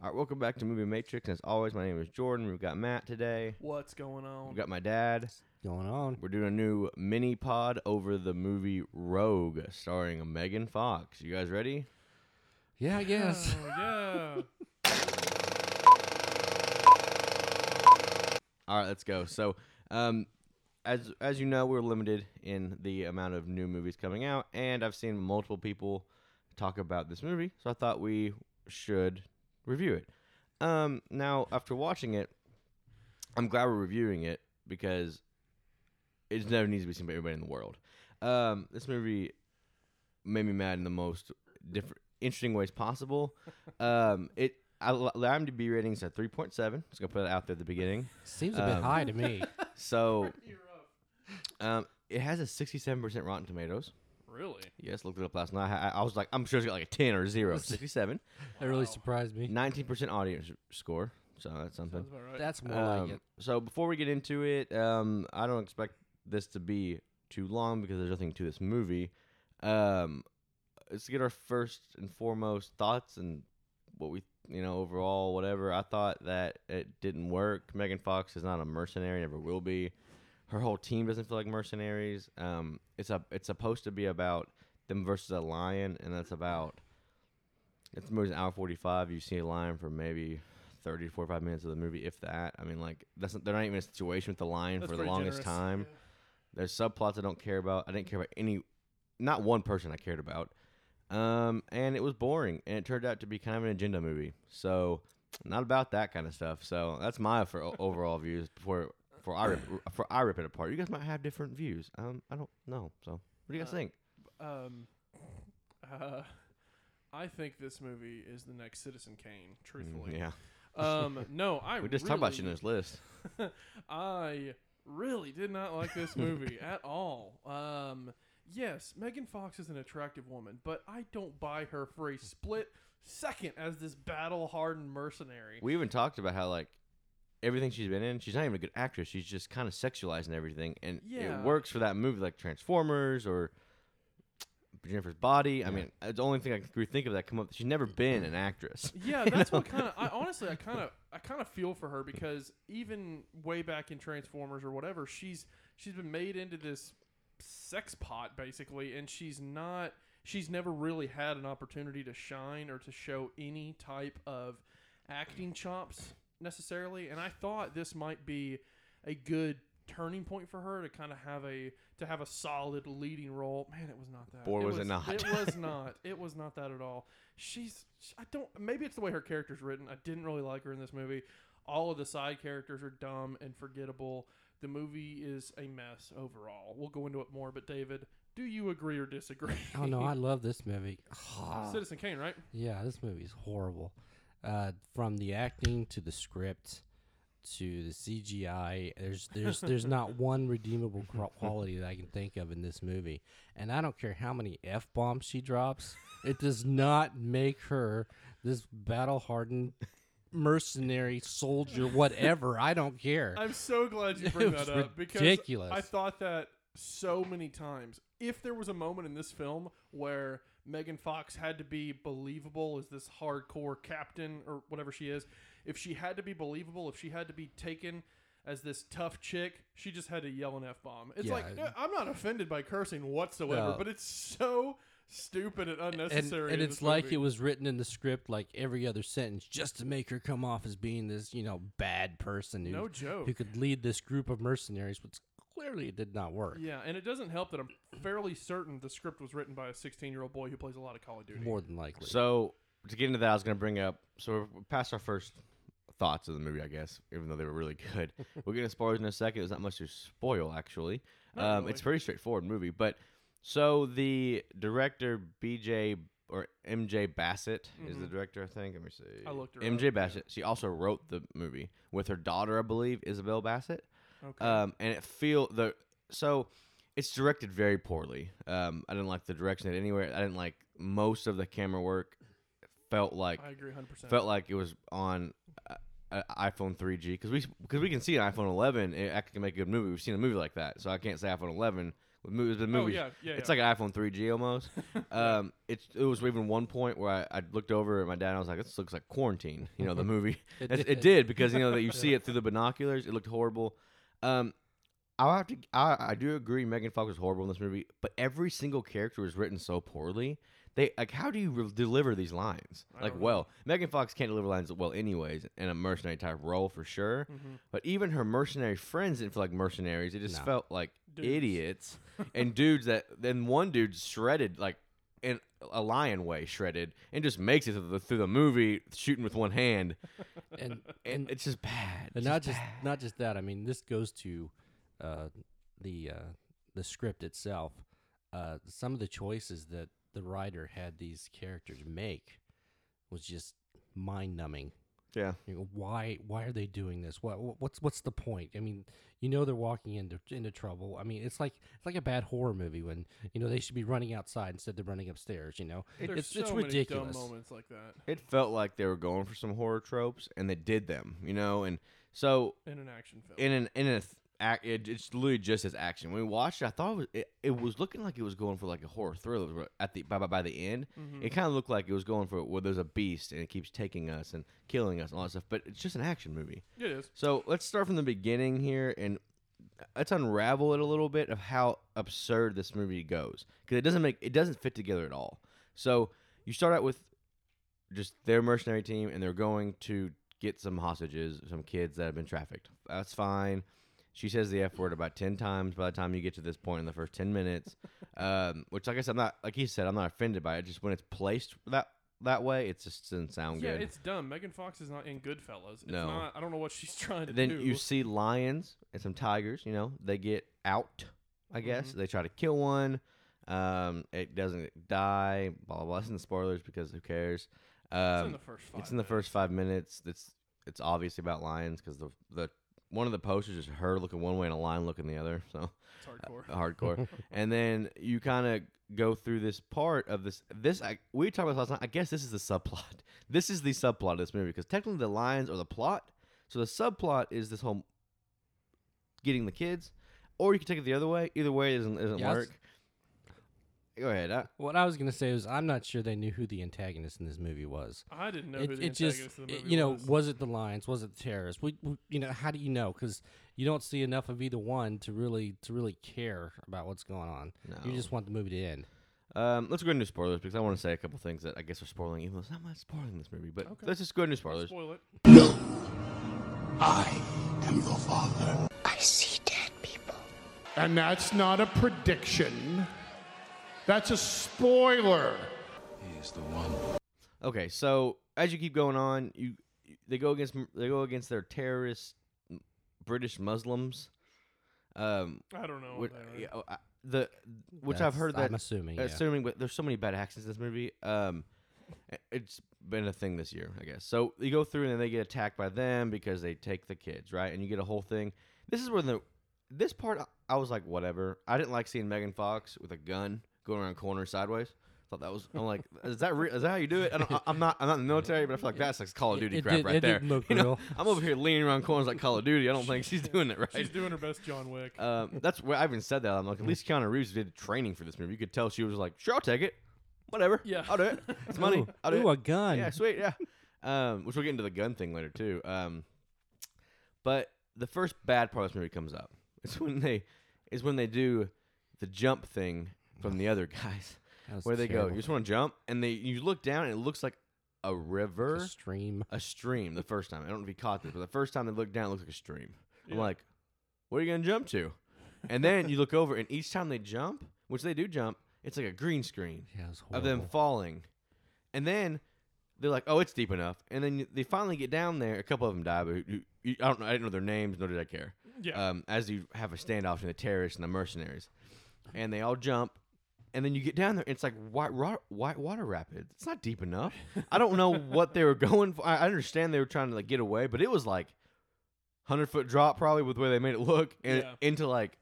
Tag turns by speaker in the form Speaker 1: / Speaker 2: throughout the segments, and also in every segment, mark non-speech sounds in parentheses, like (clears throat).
Speaker 1: All right, welcome back to Movie Matrix. As always, my name is Jordan. We've got Matt today.
Speaker 2: What's going on?
Speaker 1: We've got my dad.
Speaker 3: Going on.
Speaker 1: We're doing a new mini pod over the movie Rogue, starring Megan Fox. You guys ready?
Speaker 3: Yeah,
Speaker 2: (sighs)
Speaker 3: I guess. (laughs)
Speaker 2: Oh,
Speaker 1: (laughs)
Speaker 2: yeah.
Speaker 1: All right, let's go. So, um, as as you know, we're limited in the amount of new movies coming out, and I've seen multiple people talk about this movie, so I thought we should review it. Um, now, after watching it, I'm glad we're reviewing it because it never needs to be seen by everybody in the world. Um, this movie made me mad in the most different, interesting ways possible. Um, it I, the IMDb ratings at 3.7. Just gonna put it out there at the beginning.
Speaker 3: Seems a bit
Speaker 1: Um,
Speaker 3: high to (laughs) me.
Speaker 1: So um, it has a 67% Rotten Tomatoes.
Speaker 2: really?
Speaker 1: Yes, looked it up last night. I, I was like, I'm sure it's got like a 10 or a 0.
Speaker 2: (laughs)
Speaker 1: 67.
Speaker 3: That really surprised me.
Speaker 1: 19% audience score. So that's something.
Speaker 2: Sounds about right.
Speaker 3: That's more
Speaker 1: Um,
Speaker 3: like it.
Speaker 1: So before we get into it, um, I don't expect this to be too long because there's nothing to this movie. Um, let's get our first and foremost thoughts and what we, you know, overall, whatever. I thought that it didn't work. Megan Fox is not a mercenary, never will be. Her whole team doesn't feel like mercenaries. Um, it's a, it's supposed to be about them versus a lion, and that's about. It's the movie's an hour forty five. You see a lion for maybe 30 to 45 minutes of the movie, if that. I mean, like, that's not, they're not even in a situation with the lion
Speaker 2: That's
Speaker 1: for the
Speaker 2: pretty
Speaker 1: longest
Speaker 2: generous.
Speaker 1: time. There's subplots I don't care about. I didn't care about any, not one person I cared about. Um, and it was boring, and it turned out to be kind of an agenda movie. So, not about that kind of stuff. So that's my for o- overall views before for I rip, for I rip it apart. You guys might have different views. Um, I don't know. So, what do you guys
Speaker 2: Uh,
Speaker 1: think?
Speaker 2: Um, uh, I think this movie is the next Citizen Kane. Truthfully,
Speaker 1: Mm, Yeah, (laughs)
Speaker 2: Um, no, I
Speaker 1: Mm-hmm. we just
Speaker 2: really,
Speaker 1: talked about shit in this list.
Speaker 2: (laughs) I really did not like
Speaker 1: (laughs)
Speaker 2: this movie at all. Um, yes, Megan Fox is an attractive woman, but I don't buy her for a split second as this battle-hardened mercenary.
Speaker 1: We even talked about how like everything she's been in, she's not even a good actress. She's just kind of sexualizing everything, and
Speaker 2: Yeah.
Speaker 1: it works for that movie like Transformers or Jennifer's Body. I mean, it's the only thing I can think of that come up. She's never been an actress. (laughs)
Speaker 2: Yeah,
Speaker 1: You
Speaker 2: that's
Speaker 1: know?
Speaker 2: what kind of. I honestly, I kind of, I kind of feel for her because even way back in Transformers or whatever, she's she's been made into this sex pot basically, and she's not. She's never really had an opportunity to shine or to show any type of acting chops necessarily. And I thought this might be a good turning point for her to kind of have a to have a solid leading role. Man, it was not that.
Speaker 1: Or was it not?
Speaker 2: It
Speaker 1: (laughs)
Speaker 2: was not. It was not that at all. She's sh- I don't maybe it's the way her character's written. I didn't really like her in this movie. All of the side characters are dumb and forgettable. The movie is a mess overall. We'll go into it more, but David, do you agree or disagree?
Speaker 3: Oh
Speaker 2: (laughs)
Speaker 3: no, (laughs) I love this movie. Ah,
Speaker 2: Citizen Kane, right?
Speaker 3: yeah, this movie is horrible. Uh, from the acting to the script to the CGI, there's there's there's (laughs) not one redeemable qu- quality that I can think of in this movie. And I don't care how many f bombs she drops, it does not make her this battle hardened mercenary soldier, whatever. I don't care.
Speaker 2: I'm so glad you
Speaker 3: (laughs) It
Speaker 2: bring
Speaker 3: was
Speaker 2: that up because
Speaker 3: ridiculous.
Speaker 2: I thought that so many times. If there was a moment in this film where Megan Fox had to be believable as this hardcore captain or whatever she is, if she had to be believable, if she had to be taken as this tough chick, she just had to yell an F bomb. It's
Speaker 3: Yeah.
Speaker 2: like, eh, I'm not offended by cursing whatsoever,
Speaker 3: No.
Speaker 2: but it's so stupid and
Speaker 3: and,
Speaker 2: unnecessary.
Speaker 3: and
Speaker 2: in
Speaker 3: it's
Speaker 2: this
Speaker 3: like
Speaker 2: movie.
Speaker 3: it was written in the script like every other sentence just to make her come off as being this you know bad person who,
Speaker 2: No joke.
Speaker 3: who could lead this group of mercenaries which clearly it did not work
Speaker 2: Yeah, and it doesn't help that I'm fairly certain the script was written by a 16 year old boy who plays a lot of Call of Duty.
Speaker 3: more than likely
Speaker 1: So to get into that, I was going to bring up. So we're past our first thoughts of the movie, I guess, even though they were really (laughs) good. we're getting spoilers in a second. There's not much to spoil, actually.
Speaker 2: Not
Speaker 1: Um,
Speaker 2: really.
Speaker 1: It's a pretty straightforward movie, but so the director BJ or MJ Bassett is the
Speaker 2: Mhm.
Speaker 1: director, I think. Let me see.
Speaker 2: I looked her
Speaker 1: MJ
Speaker 2: up, yeah.
Speaker 1: Bassett. She also wrote the movie with her daughter, I believe, Isabel Bassett.
Speaker 2: Okay.
Speaker 1: Um, and it feel the so it's directed very poorly. Um, I didn't like the direction it anywhere. I didn't like most of the camera work. Felt like
Speaker 2: I agree 100%.
Speaker 1: felt like it was on uh, uh, iPhone 3G because we because we can see an iPhone 11 it actually can make a good movie. We've seen a movie like that, so I can't say iPhone 11 with movies. The
Speaker 2: Oh
Speaker 1: movies,
Speaker 2: yeah, yeah.
Speaker 1: it's
Speaker 2: yeah.
Speaker 1: like an iPhone 3G
Speaker 2: (laughs)
Speaker 1: almost. um, it's it was even one point where I, I looked over at my dad and I was like, this looks like quarantine. You know,
Speaker 2: (laughs)
Speaker 1: the movie.
Speaker 3: It
Speaker 1: That's- it did because you know that you see it through the binoculars. It looked horrible. Um, I have to. I, I do agree. Megan Fox was horrible in this movie, but every single character was written so poorly. They like how do you re- deliver these lines?
Speaker 2: I
Speaker 1: Like
Speaker 2: don't know.
Speaker 1: well, Megan Fox can't deliver lines well anyways in a mercenary type role for sure.
Speaker 2: Mhm.
Speaker 1: But even her mercenary friends didn't feel like mercenaries. It just
Speaker 3: No.
Speaker 1: felt like
Speaker 2: Dudes. (laughs)
Speaker 1: idiots and dudes that then one dude shredded like in a lion way shredded and just makes it through the, through the movie shooting with one hand
Speaker 2: (laughs)
Speaker 3: and
Speaker 1: and,
Speaker 3: and
Speaker 1: it's just bad.
Speaker 3: and not just not just that. I mean, this goes to uh, the uh, the script itself. Uh, some of the choices that the writer had these characters make was just mind numbing.
Speaker 1: yeah.
Speaker 3: You know, why why are they doing this? What what- what's what's the point? I mean, you know they're walking into into trouble. I mean, it's like it's like a bad horror movie when you know they should be running outside instead they're running upstairs. You know,
Speaker 2: There's
Speaker 3: it's it's
Speaker 2: so many
Speaker 3: ridiculous.
Speaker 2: dumb moments like that
Speaker 1: It felt like they were going for some horror tropes and they did them, you know. And so
Speaker 2: in an action film.
Speaker 1: in an in a th- ac- it, it's literally just as action. When we watched it, I thought it was, it, it was looking like it was going for like a horror thriller but at the by by, by the end. It kind of looked like it was going for well, there's a beast and it keeps taking us and killing us and all that stuff. But it's just an action movie.
Speaker 2: it is.
Speaker 1: So let's start from the beginning here and let's unravel it a little bit of how absurd this movie goes because it doesn't make it doesn't fit together at all. So you start out with just their mercenary team and they're going to get some hostages, some kids that have been trafficked. That's fine. She says the F word about 10 times by the time you get to this point in the first 10 minutes. (laughs) um, which, like I said, I'm not, like he said, I'm not offended by it. Just when it's placed that that way, it just doesn't sound
Speaker 2: Yeah,
Speaker 1: good.
Speaker 2: it's dumb. Megan Fox is not in Goodfellas. It's
Speaker 1: No.
Speaker 2: not, I don't know what she's (laughs) trying to
Speaker 1: then
Speaker 2: do.
Speaker 1: you see lions and some tigers. You know, they get out. I guess
Speaker 2: Mm-hmm.
Speaker 1: they try to kill one. Um, it doesn't die. Blah blah. blah. It's in the spoilers because who cares?
Speaker 2: it's
Speaker 1: Um,
Speaker 2: in the first five.
Speaker 1: it's in the
Speaker 2: minutes.
Speaker 1: first five minutes. It's it's obviously about lions because the the one of the posters is her looking one way and a lion looking the other. So
Speaker 2: It's hardcore.
Speaker 1: uh, hardcore. and then you kind of go through this part of this. This I, we talked about this last night. I guess this is the subplot. (laughs) This is the subplot of this movie because technically the lions are the plot. So the subplot is this whole getting the kids, or you can take it the other way. Either way it doesn't doesn't
Speaker 3: Yeah, I was-
Speaker 1: work. Go ahead. uh, I,
Speaker 3: What I was gonna say was I'm not sure they knew who the antagonist in this movie was.
Speaker 2: I didn't know
Speaker 3: it,
Speaker 2: who the
Speaker 3: it
Speaker 2: antagonist
Speaker 3: just
Speaker 2: of the
Speaker 3: it-
Speaker 2: movie
Speaker 3: you know
Speaker 2: was.
Speaker 3: it the lions was it the terrorists we, we you know how do you know because you don't see enough of either one to really to really care about what's going on you
Speaker 1: No.
Speaker 3: just want the movie to end
Speaker 1: Um, let's go into spoilers because I want to say a couple things that I guess are spoiling, even though it's not much spoiling this movie. But
Speaker 2: Okay.
Speaker 1: let's just go into
Speaker 2: Don't
Speaker 1: spoilers.
Speaker 2: spoil it.
Speaker 4: No. I am your father.
Speaker 5: I see dead people.
Speaker 6: And that's not a prediction. That's a spoiler.
Speaker 4: He is the one.
Speaker 1: Okay, so as you keep going on, you you- they go against m- they go against their terrorist m- British Muslims. Um,
Speaker 2: I don't know.
Speaker 1: which,
Speaker 2: what they are.
Speaker 1: yeah, oh, I- the which I've
Speaker 3: That's-
Speaker 1: heard that
Speaker 3: i'm assuming yeah.
Speaker 1: assuming, but there's so many bad accents in this movie. Um, i- it's been a thing this year, I guess. So you go through and then they get attacked by them because they take the kids, right? And you get a whole thing. This is where the this part I was like, whatever. I didn't like seeing Megan Fox with a gun going around corners sideways. Thought that was. I'm like, (laughs) is that real? Is that how you do it? I don't, I- I'm not. I'm not in the military, but I feel like that's like Call of
Speaker 3: It-
Speaker 1: Duty
Speaker 3: it
Speaker 1: crap
Speaker 3: did-
Speaker 1: right
Speaker 3: it
Speaker 1: there.
Speaker 3: didn't
Speaker 1: (laughs)
Speaker 3: look
Speaker 1: You know,
Speaker 3: real.
Speaker 1: I'm over here leaning around corners like Call of Duty. I don't think
Speaker 3: (laughs)
Speaker 1: she's doing it right.
Speaker 2: She's doing her best John Wick.
Speaker 1: Um, that's where I even said that. I'm like, at least
Speaker 3: Mm-hmm.
Speaker 1: Keanu Reeves did training for this movie. You could tell she was like, sure, I'll take it. Whatever.
Speaker 2: Yeah.
Speaker 1: I'll do it. It's money.
Speaker 3: Ooh,
Speaker 1: I'll do
Speaker 3: ooh, a
Speaker 1: it.
Speaker 3: gun
Speaker 1: Yeah, sweet. Yeah. Um, which we'll get into the gun thing later, too. Um, but the first bad part of this movie comes up. It's when they, is when they do the jump thing from the other guys.
Speaker 3: (sighs) That was
Speaker 1: Where they go,
Speaker 3: terrible.
Speaker 1: you just want to jump, and they you look down, and it looks like a river
Speaker 3: It's a stream
Speaker 1: a stream the first time. I don't know if he caught this, but the first time they looked down, it looked like a stream. I'm
Speaker 2: Yeah.
Speaker 1: like, what are you gonna jump to? And then you look over, and each time they jump, which they do jump, it's like a green screen
Speaker 3: yeah it was
Speaker 1: of them
Speaker 3: horrible.
Speaker 1: falling. And then they're like, oh, it's deep enough. And then you- they finally get down there. A couple of them die, but you, you, I don't know. I didn't know their names, nor did I care.
Speaker 2: yeah.
Speaker 1: Um, as you have a standoff between the terrorists and the mercenaries, and they all jump. And then you get down there, and it's like white, ro- white water rapids. It's not deep enough. I don't
Speaker 2: (laughs)
Speaker 1: know what they were going for. I I understand they were trying to like get away, but it was like hundred foot drop probably with the way they made it look, and
Speaker 2: Yeah.
Speaker 1: into like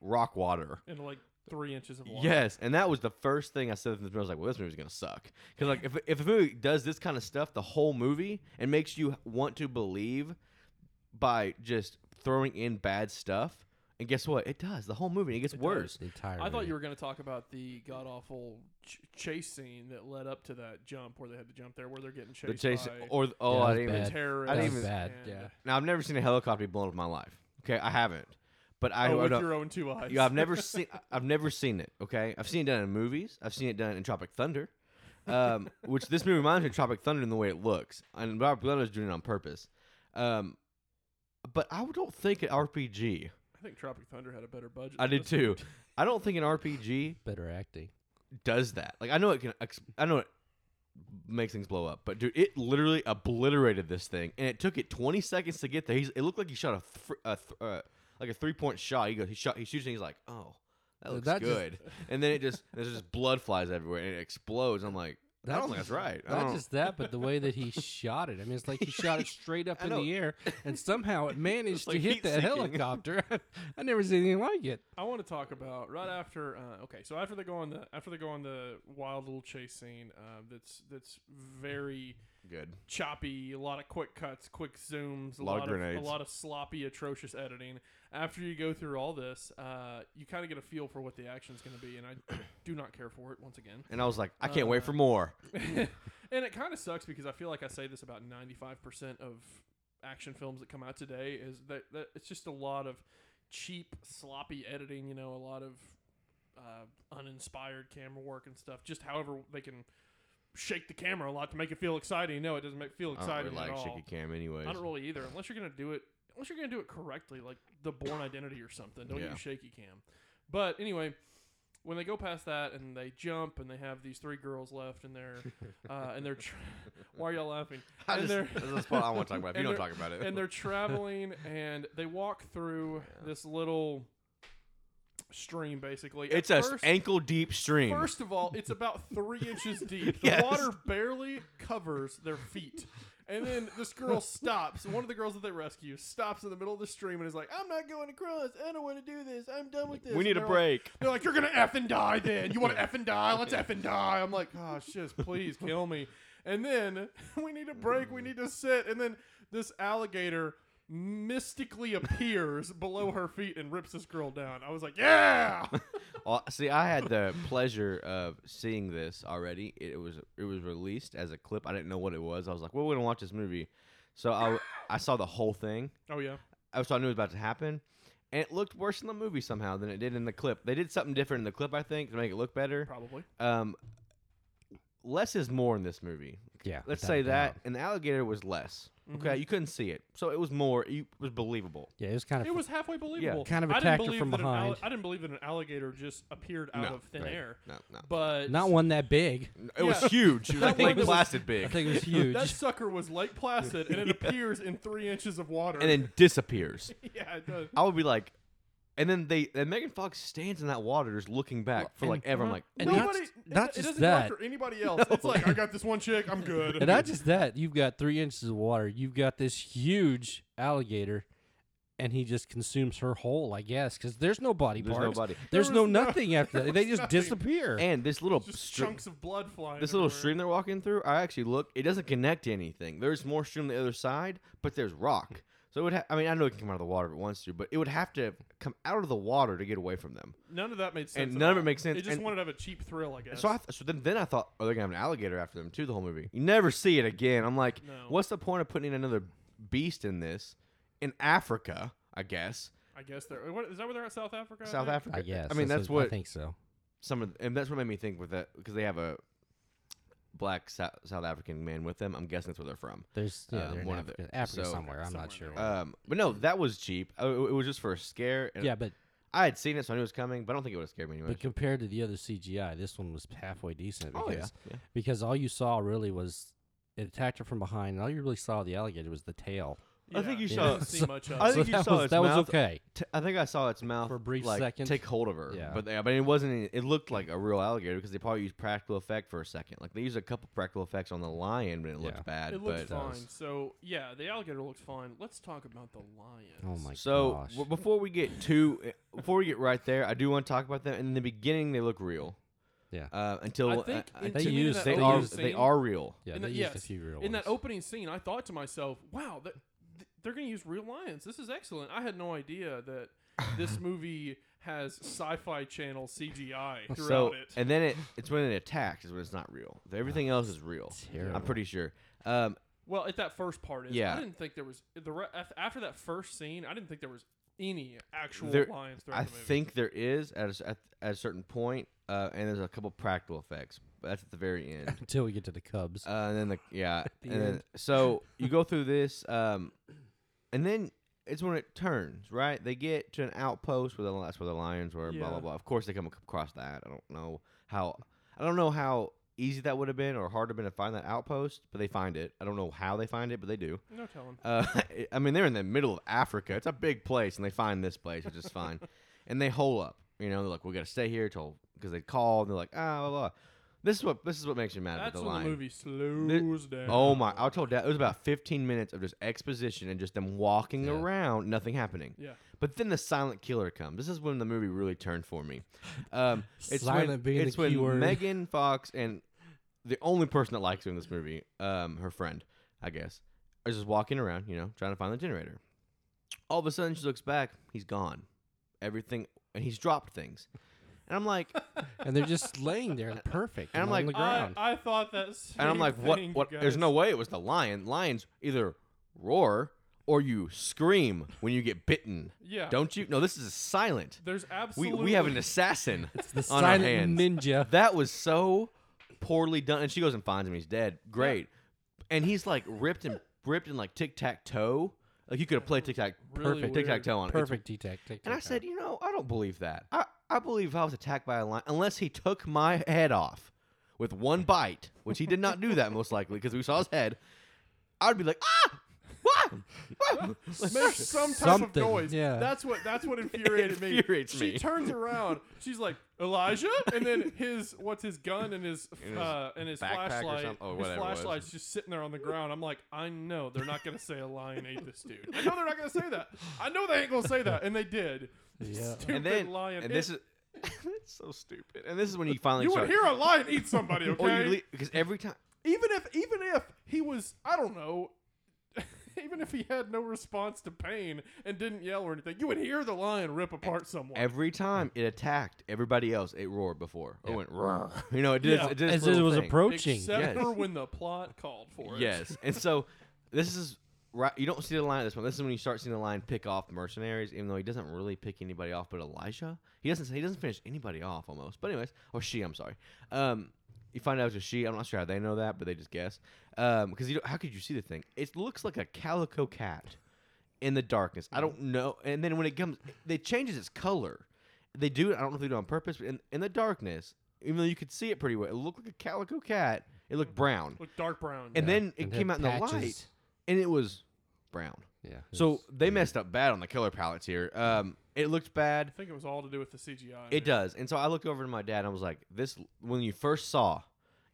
Speaker 1: rock water.
Speaker 2: and like three inches of water.
Speaker 1: Yes, and that was the first thing I said to the I was like, "Well, this movie's gonna suck." Because like, if if a movie does this kind of stuff the whole movie and makes you want to believe by just throwing in bad stuff, And guess what? It does. The whole movie. It gets
Speaker 2: It does.
Speaker 1: worse.
Speaker 3: The entire.
Speaker 2: I thought
Speaker 3: movie.
Speaker 2: you were going to talk about the god awful ch- chase scene that led up to that jump where they had to jump there where they're getting chased
Speaker 1: The chase,
Speaker 2: by
Speaker 1: or th- oh,
Speaker 3: Yeah,
Speaker 1: I
Speaker 3: that was
Speaker 1: didn't
Speaker 3: bad.
Speaker 1: even.
Speaker 2: terrorists.
Speaker 1: I
Speaker 3: That
Speaker 1: didn't
Speaker 3: was
Speaker 1: even-
Speaker 3: bad.
Speaker 2: and- oh,
Speaker 3: Yeah.
Speaker 1: Now I've never seen a helicopter blown up in my life. Okay, I haven't. But I
Speaker 2: Oh, with
Speaker 1: don't-
Speaker 2: your own two eyes.
Speaker 1: Yeah, I've never seen. I've never seen it. Okay, I've seen it done in movies. I've seen it done in Tropic Thunder, um, (laughs) which this movie reminds me of Tropic Thunder in the way it looks, and Robert Plato's doing it on purpose. Um, but I don't think an RPG.
Speaker 2: I think Tropic Thunder had a better budget.
Speaker 1: I
Speaker 2: than
Speaker 1: did
Speaker 2: this one.
Speaker 1: too. I don't think an RPG
Speaker 3: better acting.
Speaker 1: does that. Like I know it can. Ex- I know it makes things blow up, but dude, it literally obliterated this thing, and it took it 20 seconds to get there. He's. It looked like he shot a, thr a th- uh, like a three point shot. He goes. He shot. He shoots, and he's like, oh. That
Speaker 3: Uh,
Speaker 1: looks
Speaker 3: that just-
Speaker 1: good, (laughs) and then it just there's just blood flies everywhere, and it explodes. I'm like, I
Speaker 3: Not
Speaker 1: don't think
Speaker 3: just-
Speaker 1: that's right. Oh, I
Speaker 3: Not
Speaker 1: don't-
Speaker 3: just that, but the way that he shot it. I mean, it's like (laughs) he shot it straight up
Speaker 1: I
Speaker 3: in
Speaker 1: know.
Speaker 3: the air, and
Speaker 1: (laughs)
Speaker 3: somehow it managed to
Speaker 1: like
Speaker 3: hit
Speaker 1: heat
Speaker 3: that
Speaker 1: seeking.
Speaker 3: helicopter. (laughs) I never seen anything like it.
Speaker 2: I want to talk about right after. Uh, okay, so after they go on the after they go on the wild little chase scene, um, that's that's very
Speaker 1: good.
Speaker 2: choppy, a lot of quick cuts, quick zooms, a
Speaker 1: Lot
Speaker 2: lot,
Speaker 1: of
Speaker 2: of, a
Speaker 1: grenades.
Speaker 2: lot of sloppy, atrocious editing. After you go through all this, uh, you kind of get a feel for what the action's going to be, and I (coughs) do not care for it once again. (laughs)
Speaker 1: And I was like, I can't wait
Speaker 2: Uh,
Speaker 1: for more.
Speaker 2: and it kind of sucks because I feel like I say this about 95% of action films that come out today is that, that it's just a lot of cheap, sloppy editing, you know, a lot of uh, uninspired camera work and stuff. Just however they can shake the camera a lot to make it feel exciting. No, it doesn't make feel
Speaker 1: I don't
Speaker 2: exciting
Speaker 1: really like
Speaker 2: at all.
Speaker 1: shaky cam, anyways.
Speaker 2: I don't really either, unless you're gonna do it. Unless you're gonna do it correctly, like the Born Identity or something. Don't
Speaker 1: Yeah.
Speaker 2: use shaky cam. But anyway, when they go past that and they jump and they have these three girls left
Speaker 1: (laughs)
Speaker 2: and they're uh, and they're tra- (laughs) why are y'all laughing?
Speaker 1: (laughs) I
Speaker 2: and
Speaker 1: just,
Speaker 2: they're
Speaker 1: this is a spot I want to talk about. If
Speaker 2: (laughs) and
Speaker 1: you don't
Speaker 2: they're-
Speaker 1: talk about it,
Speaker 2: and they're traveling and they walk through this little stream basically. At
Speaker 1: it's a
Speaker 2: first-
Speaker 1: ankle deep stream.
Speaker 2: First of all, it's about three inches
Speaker 1: (laughs)
Speaker 2: deep. The
Speaker 1: Yes.
Speaker 2: water barely covers their feet. And then this girl stops. One of the girls that they rescue stops in the middle of the stream and is like, I'm not going across. I don't want to do this. I'm done with this.
Speaker 1: we need
Speaker 2: And
Speaker 1: a
Speaker 2: they're
Speaker 1: break.
Speaker 2: Like, they're like, You're going to F and die then. You want to F and die? Let's F and die. I'm like, Gosh, just please kill me. And then (laughs) we need a break. We need to sit. And then this alligator mystically appears below her feet and rips this girl down. I was like, Yeah.
Speaker 1: (laughs) Uh, see, I had the pleasure of seeing this already. It was it was released as a clip. I didn't know what it was. I was like, "Well, we're gonna watch this movie," so I I saw the whole thing.
Speaker 2: Oh, yeah.
Speaker 1: I so I knew it was about to happen, and it looked worse in the movie somehow than it did in the clip. They did something different in the clip, I think, to make it look better.
Speaker 2: Probably.
Speaker 1: Um, less is more in this movie.
Speaker 3: Yeah,
Speaker 1: Let's
Speaker 3: without
Speaker 1: say
Speaker 3: a
Speaker 1: that,
Speaker 3: doubt. Mm-hmm.
Speaker 1: and the alligator was less. Okay, you couldn't see it, so it was more. It was believable.
Speaker 3: Yeah, it was kind of.
Speaker 2: It was halfway believable.
Speaker 3: Kind of
Speaker 2: I didn't
Speaker 3: attacked her
Speaker 2: believe
Speaker 3: from
Speaker 2: that an alli-
Speaker 3: behind.
Speaker 2: I didn't believe that an alligator just appeared out
Speaker 1: No,
Speaker 2: of thin
Speaker 3: right.
Speaker 2: air.
Speaker 1: No, no,
Speaker 2: But
Speaker 3: not one that big.
Speaker 1: it was
Speaker 2: Yeah.
Speaker 1: huge. It
Speaker 3: (laughs)
Speaker 1: was
Speaker 2: That
Speaker 1: like
Speaker 2: one
Speaker 1: Lake
Speaker 2: that was-
Speaker 1: Placid big,
Speaker 3: I
Speaker 1: (laughs)
Speaker 3: think it was
Speaker 2: That
Speaker 3: (laughs) huge.
Speaker 2: sucker was Lake Placid,
Speaker 3: (laughs)
Speaker 2: and it appears in three inches of water.
Speaker 1: and then disappears.
Speaker 2: (laughs) yeah, it does.
Speaker 1: I would be like, and then they and Megan Fox stands in that water just looking back for
Speaker 3: and-
Speaker 1: like ever. I'm like,
Speaker 3: and
Speaker 2: Nobody,
Speaker 3: not-
Speaker 2: it-
Speaker 3: not
Speaker 2: it,
Speaker 3: just
Speaker 2: doesn't
Speaker 3: that.
Speaker 2: go after anybody else. It's like I got this one chick, I'm good.
Speaker 3: (laughs) and not just that, you've got three inches of water. You've got this huge alligator, and he just consumes her whole. I guess because there's no body
Speaker 1: There's no
Speaker 3: parts.
Speaker 1: body.
Speaker 3: There's
Speaker 2: There
Speaker 3: no
Speaker 2: was no-
Speaker 3: nothing after that. They
Speaker 2: was
Speaker 3: just
Speaker 2: nothing.
Speaker 3: disappear.
Speaker 1: and this little
Speaker 2: (laughs) just
Speaker 1: str-
Speaker 2: chunks of blood flying.
Speaker 1: this little
Speaker 2: everywhere.
Speaker 1: stream they're walking through. I actually look. It doesn't connect to anything. There's more stream on the other side, but there's rock. So it would. Ha- I mean, I know it can come out of the water if it wants to, but it would have to come out of the water to get away from them.
Speaker 2: None of that made sense.
Speaker 1: and
Speaker 2: at
Speaker 1: none of
Speaker 2: all.
Speaker 1: it makes sense,
Speaker 2: It just
Speaker 1: and-
Speaker 2: wanted to have a cheap thrill, I guess.
Speaker 1: So I th- so then, then I thought, oh, they're gonna have an alligator after them too. The whole movie. You never see it again. I'm like,
Speaker 2: No.
Speaker 1: what's the point of putting another beast in this in Africa? I guess
Speaker 2: I guess they're. What, is that where they're at? South Africa.
Speaker 1: South
Speaker 2: think?
Speaker 1: Africa.
Speaker 3: I guess.
Speaker 1: I mean, that's
Speaker 3: I
Speaker 1: what
Speaker 3: think so.
Speaker 1: some of, and that's what made me think with that because they have a black Sou- South African man with them. I'm guessing that's where they're from.
Speaker 3: There's yeah,
Speaker 1: Um,
Speaker 3: they're in
Speaker 1: one of the-
Speaker 3: Africa, Africa
Speaker 1: so-
Speaker 3: somewhere. I'm not sure.
Speaker 2: Somewhere
Speaker 3: where.
Speaker 1: Um, but no, that was cheap. Uh, It, it was just for a scare. and
Speaker 3: yeah, but
Speaker 1: I had seen it, so I knew it was coming, but I don't think it would have scared me anyway.
Speaker 3: But compared to the other CGI, this one was halfway decent. Because,
Speaker 1: Oh, yeah, yeah.
Speaker 3: Because all you saw really was it attacked her from behind, and all you really saw of the alligator was the tail.
Speaker 1: I think you
Speaker 2: Yeah, it
Speaker 1: saw-
Speaker 2: doesn't
Speaker 1: (laughs)
Speaker 2: see much of
Speaker 1: I
Speaker 2: it.
Speaker 1: think
Speaker 3: so
Speaker 1: you
Speaker 3: that
Speaker 1: saw
Speaker 3: was,
Speaker 1: its
Speaker 3: that was
Speaker 1: mouth.
Speaker 3: okay.
Speaker 1: T- I think I saw its mouth
Speaker 3: For a brief
Speaker 1: like,
Speaker 3: second.
Speaker 1: take hold of her.
Speaker 3: Yeah.
Speaker 1: But they, I mean, it wasn't. any- It looked like a real alligator because they probably used practical effect for a second. Like they used a couple practical effects on the lion, but it looked
Speaker 3: Yeah.
Speaker 1: bad.
Speaker 2: It looks
Speaker 1: but,
Speaker 2: fine. So yeah, the alligator looks fine. Let's talk about the lions.
Speaker 3: Oh my
Speaker 1: So
Speaker 3: gosh!
Speaker 1: w- before we get too, eh, before we get right there, I do want to talk about them. In the beginning, they look real.
Speaker 3: yeah,
Speaker 1: Uh, until
Speaker 2: I think
Speaker 1: uh,
Speaker 2: in-
Speaker 3: they
Speaker 2: to me,
Speaker 3: use-
Speaker 2: that
Speaker 1: they
Speaker 2: opening
Speaker 1: are
Speaker 3: use
Speaker 1: they
Speaker 2: scene-
Speaker 1: are real.
Speaker 3: yeah.
Speaker 2: in
Speaker 3: They
Speaker 2: the-
Speaker 3: used a
Speaker 2: yes,
Speaker 3: few real
Speaker 2: in that
Speaker 3: ones.
Speaker 2: opening scene,
Speaker 1: (laughs)
Speaker 2: I thought to myself, "Wow, that, th- they're going to use real lions. This is excellent." I had no idea that this movie has sci-fi channel CGI throughout
Speaker 1: so
Speaker 2: it.
Speaker 1: and then it it's when it attacks is when it's not real. Everything else is real. I'm pretty sure. Um,
Speaker 2: Well, at that first part, is,
Speaker 1: Yeah.
Speaker 2: I didn't think there was the re- af- after that first scene. I didn't think there was any actual
Speaker 1: there,
Speaker 2: lines throughout
Speaker 1: I
Speaker 2: the movie.
Speaker 1: think there is at a, s- at, at a certain point, uh, and there's a couple practical effects. But that's at the very end.
Speaker 3: until we get to
Speaker 1: (laughs)
Speaker 3: the Cubs.
Speaker 1: Uh, and then the yeah, and then, so you go through this, um, and then it's when it turns right. They get to an outpost where the, that's where the lions were. Blah blah
Speaker 2: Yeah.
Speaker 1: blah. Of course, they come ac- across that. I don't know how. I don't know how easy that would have been or hard it been to find that outpost, but they find it. I don't know how they find it, but they do.
Speaker 2: no telling.
Speaker 1: Uh, (laughs) I mean, they're in the middle of Africa. It's a big place, and they find this place, which is fine. (laughs) and they hole up. You know, they're like, "We got to stay here till," because they call and they're like, "Ah, blah blah." This is what this is what makes me mad about
Speaker 2: That's
Speaker 1: the
Speaker 2: when
Speaker 1: lion.
Speaker 2: the movie slows down.
Speaker 3: (laughs)
Speaker 1: Oh my! I told Dad it was about 15 minutes of just exposition and just them walking around, nothing happening.
Speaker 2: Yeah.
Speaker 1: But then the silent killer comes. This is when the movie really turned for me.
Speaker 3: (laughs)
Speaker 1: Um, it's when,
Speaker 3: Silent being the
Speaker 1: it's when
Speaker 3: key word.
Speaker 1: Megan Fox and the only person that likes her in this movie, um, her friend, I guess, is just walking around, you know, trying to find the generator. All of a sudden, she looks back. He's gone. Everything, and he's dropped things. And I'm like,
Speaker 3: and they're just laying there, perfect,
Speaker 1: And I'm
Speaker 3: and,
Speaker 1: like, "Uh,
Speaker 3: on the
Speaker 2: I,
Speaker 3: ground.
Speaker 2: I thought that. Same
Speaker 1: And I'm like, what?
Speaker 2: thing,
Speaker 1: What?
Speaker 2: Guys.
Speaker 1: There's no way it was the lion. Lions either roar or you scream when you get bitten.
Speaker 2: Yeah.
Speaker 1: Don't you? No, this is silent.
Speaker 2: There's
Speaker 1: We,
Speaker 2: absolutely.
Speaker 1: we have an
Speaker 2: (laughs)
Speaker 1: assassin
Speaker 3: the
Speaker 1: on our
Speaker 3: silent
Speaker 1: hands.
Speaker 3: ninja.
Speaker 1: (laughs) That was so poorly done. And she goes and finds him. He's dead. Great. And he's like ripped and ripped in like tic tac toe. Like you could have played tic tac
Speaker 2: Really
Speaker 1: perfect tic tac toe on it. It's
Speaker 3: perfect detect.
Speaker 1: and I said, you know, I don't believe that. I, I believe I was attacked by a lion unless he took my head off with one bite, which he did not do that most likely because we saw his head. I'd be like, ah, what? What?"
Speaker 2: Make some type of
Speaker 3: Something,
Speaker 2: noise.
Speaker 3: yeah.
Speaker 2: That's what. That's
Speaker 1: (laughs)
Speaker 2: what infuriated me.
Speaker 1: infuriates
Speaker 2: she
Speaker 1: me.
Speaker 2: turns around. She's like Elijah, and then his what's his gun and his
Speaker 1: his
Speaker 2: uh, and his
Speaker 1: backpack or
Speaker 2: flashlight.
Speaker 1: something, or
Speaker 2: his
Speaker 1: whatever it was.
Speaker 2: flashlight's just sitting there on the ground. I'm like, I know they're not gonna say a lion ate this dude. I know they're not gonna say that. I know they ain't gonna say that, and they did.
Speaker 3: Yeah.
Speaker 2: Stupid
Speaker 1: and then
Speaker 2: lion.
Speaker 1: and this
Speaker 2: (laughs)
Speaker 1: is it's so stupid. And this is when you finally
Speaker 2: you
Speaker 1: start.
Speaker 2: would hear a lion eat somebody,
Speaker 1: (laughs)
Speaker 2: okay?
Speaker 1: or you because every time
Speaker 2: even if even if he was I don't know (laughs) even if he had no response to pain and didn't yell or anything, you would hear the lion rip apart someone.
Speaker 1: every time it attacked everybody else, it roared before. It went roar. You know, it did.
Speaker 2: Yeah.
Speaker 1: It, did its
Speaker 3: as it
Speaker 1: little
Speaker 3: was
Speaker 1: thing.
Speaker 3: approaching.
Speaker 2: except
Speaker 1: yes. (laughs)
Speaker 2: for when the plot called for it.
Speaker 1: Yes, and so this is right. You don't see the line at this one. This is when you start seeing the line pick off mercenaries, even though he doesn't really pick anybody off. But Elisha, he doesn't. He doesn't finish anybody off almost. But anyways, or she. I'm sorry. Um, you find out it's a she. I'm not sure how they know that, but they just guess. Um, because you don't, how could you see the thing? It looks like a calico cat in the darkness. I don't know. And then when it comes, they changes its color. They do it. I don't know if they do it on purpose, but in, in the darkness, even though you could see it pretty well, it looked like a calico cat. It looked brown.
Speaker 2: Look dark brown.
Speaker 1: And then it
Speaker 3: And
Speaker 1: came out
Speaker 3: had
Speaker 1: in the light,
Speaker 3: patches.
Speaker 1: and it was brown.
Speaker 3: Yeah. it
Speaker 1: So
Speaker 3: was-
Speaker 1: they messed up bad on the color palettes here. Um, it looked bad.
Speaker 2: I think it was all to do with the CGI.
Speaker 1: It does. And so I looked over to my dad. and I was like, "This when you first saw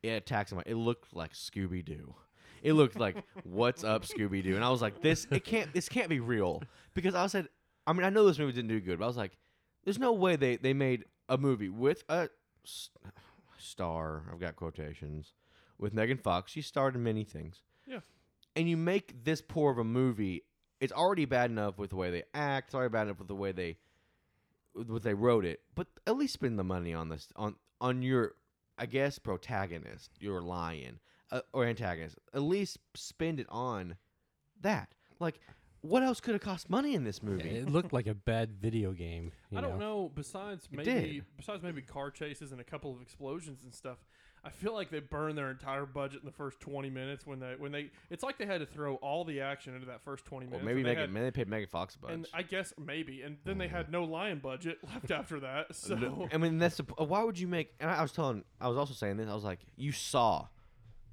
Speaker 1: it attack somebody, it looked like Scooby Doo. It looked like (laughs) what's up Scooby Doo." And I was like, "This it can't this can't be real because I said, I mean, I know this movie didn't do good, but I was like, there's no way they they made a movie with a s- star. I've got quotations with Megan Fox. She starred in many things.
Speaker 2: Yeah.
Speaker 1: and you make this poor of a movie. It's already bad enough with the way they act. It's already bad enough with the way they with what they wrote it, but at least spend the money on this on on your I guess protagonist, your lion uh, or antagonist. At least spend it on that. Like what else could have cost money in this (laughs) movie?
Speaker 3: it looked like a bad video game. you
Speaker 2: I don't know. Besides maybe
Speaker 1: did.
Speaker 2: besides maybe car chases and a couple of explosions and stuff, I feel like they burned their entire budget in the first twenty minutes when they when they it's like they had to throw all the action into that first twenty
Speaker 1: or
Speaker 2: minutes.
Speaker 1: maybe
Speaker 2: and they
Speaker 1: Megan,
Speaker 2: had-
Speaker 1: maybe they paid Megan Fox a bunch.
Speaker 2: And I guess maybe, and then they
Speaker 1: Mm.
Speaker 2: had no lion budget (laughs) left after that.
Speaker 1: (laughs)
Speaker 2: So
Speaker 1: No, I mean, that's the, p- uh, why would you make? And I was telling, I was also saying this. I was like, you saw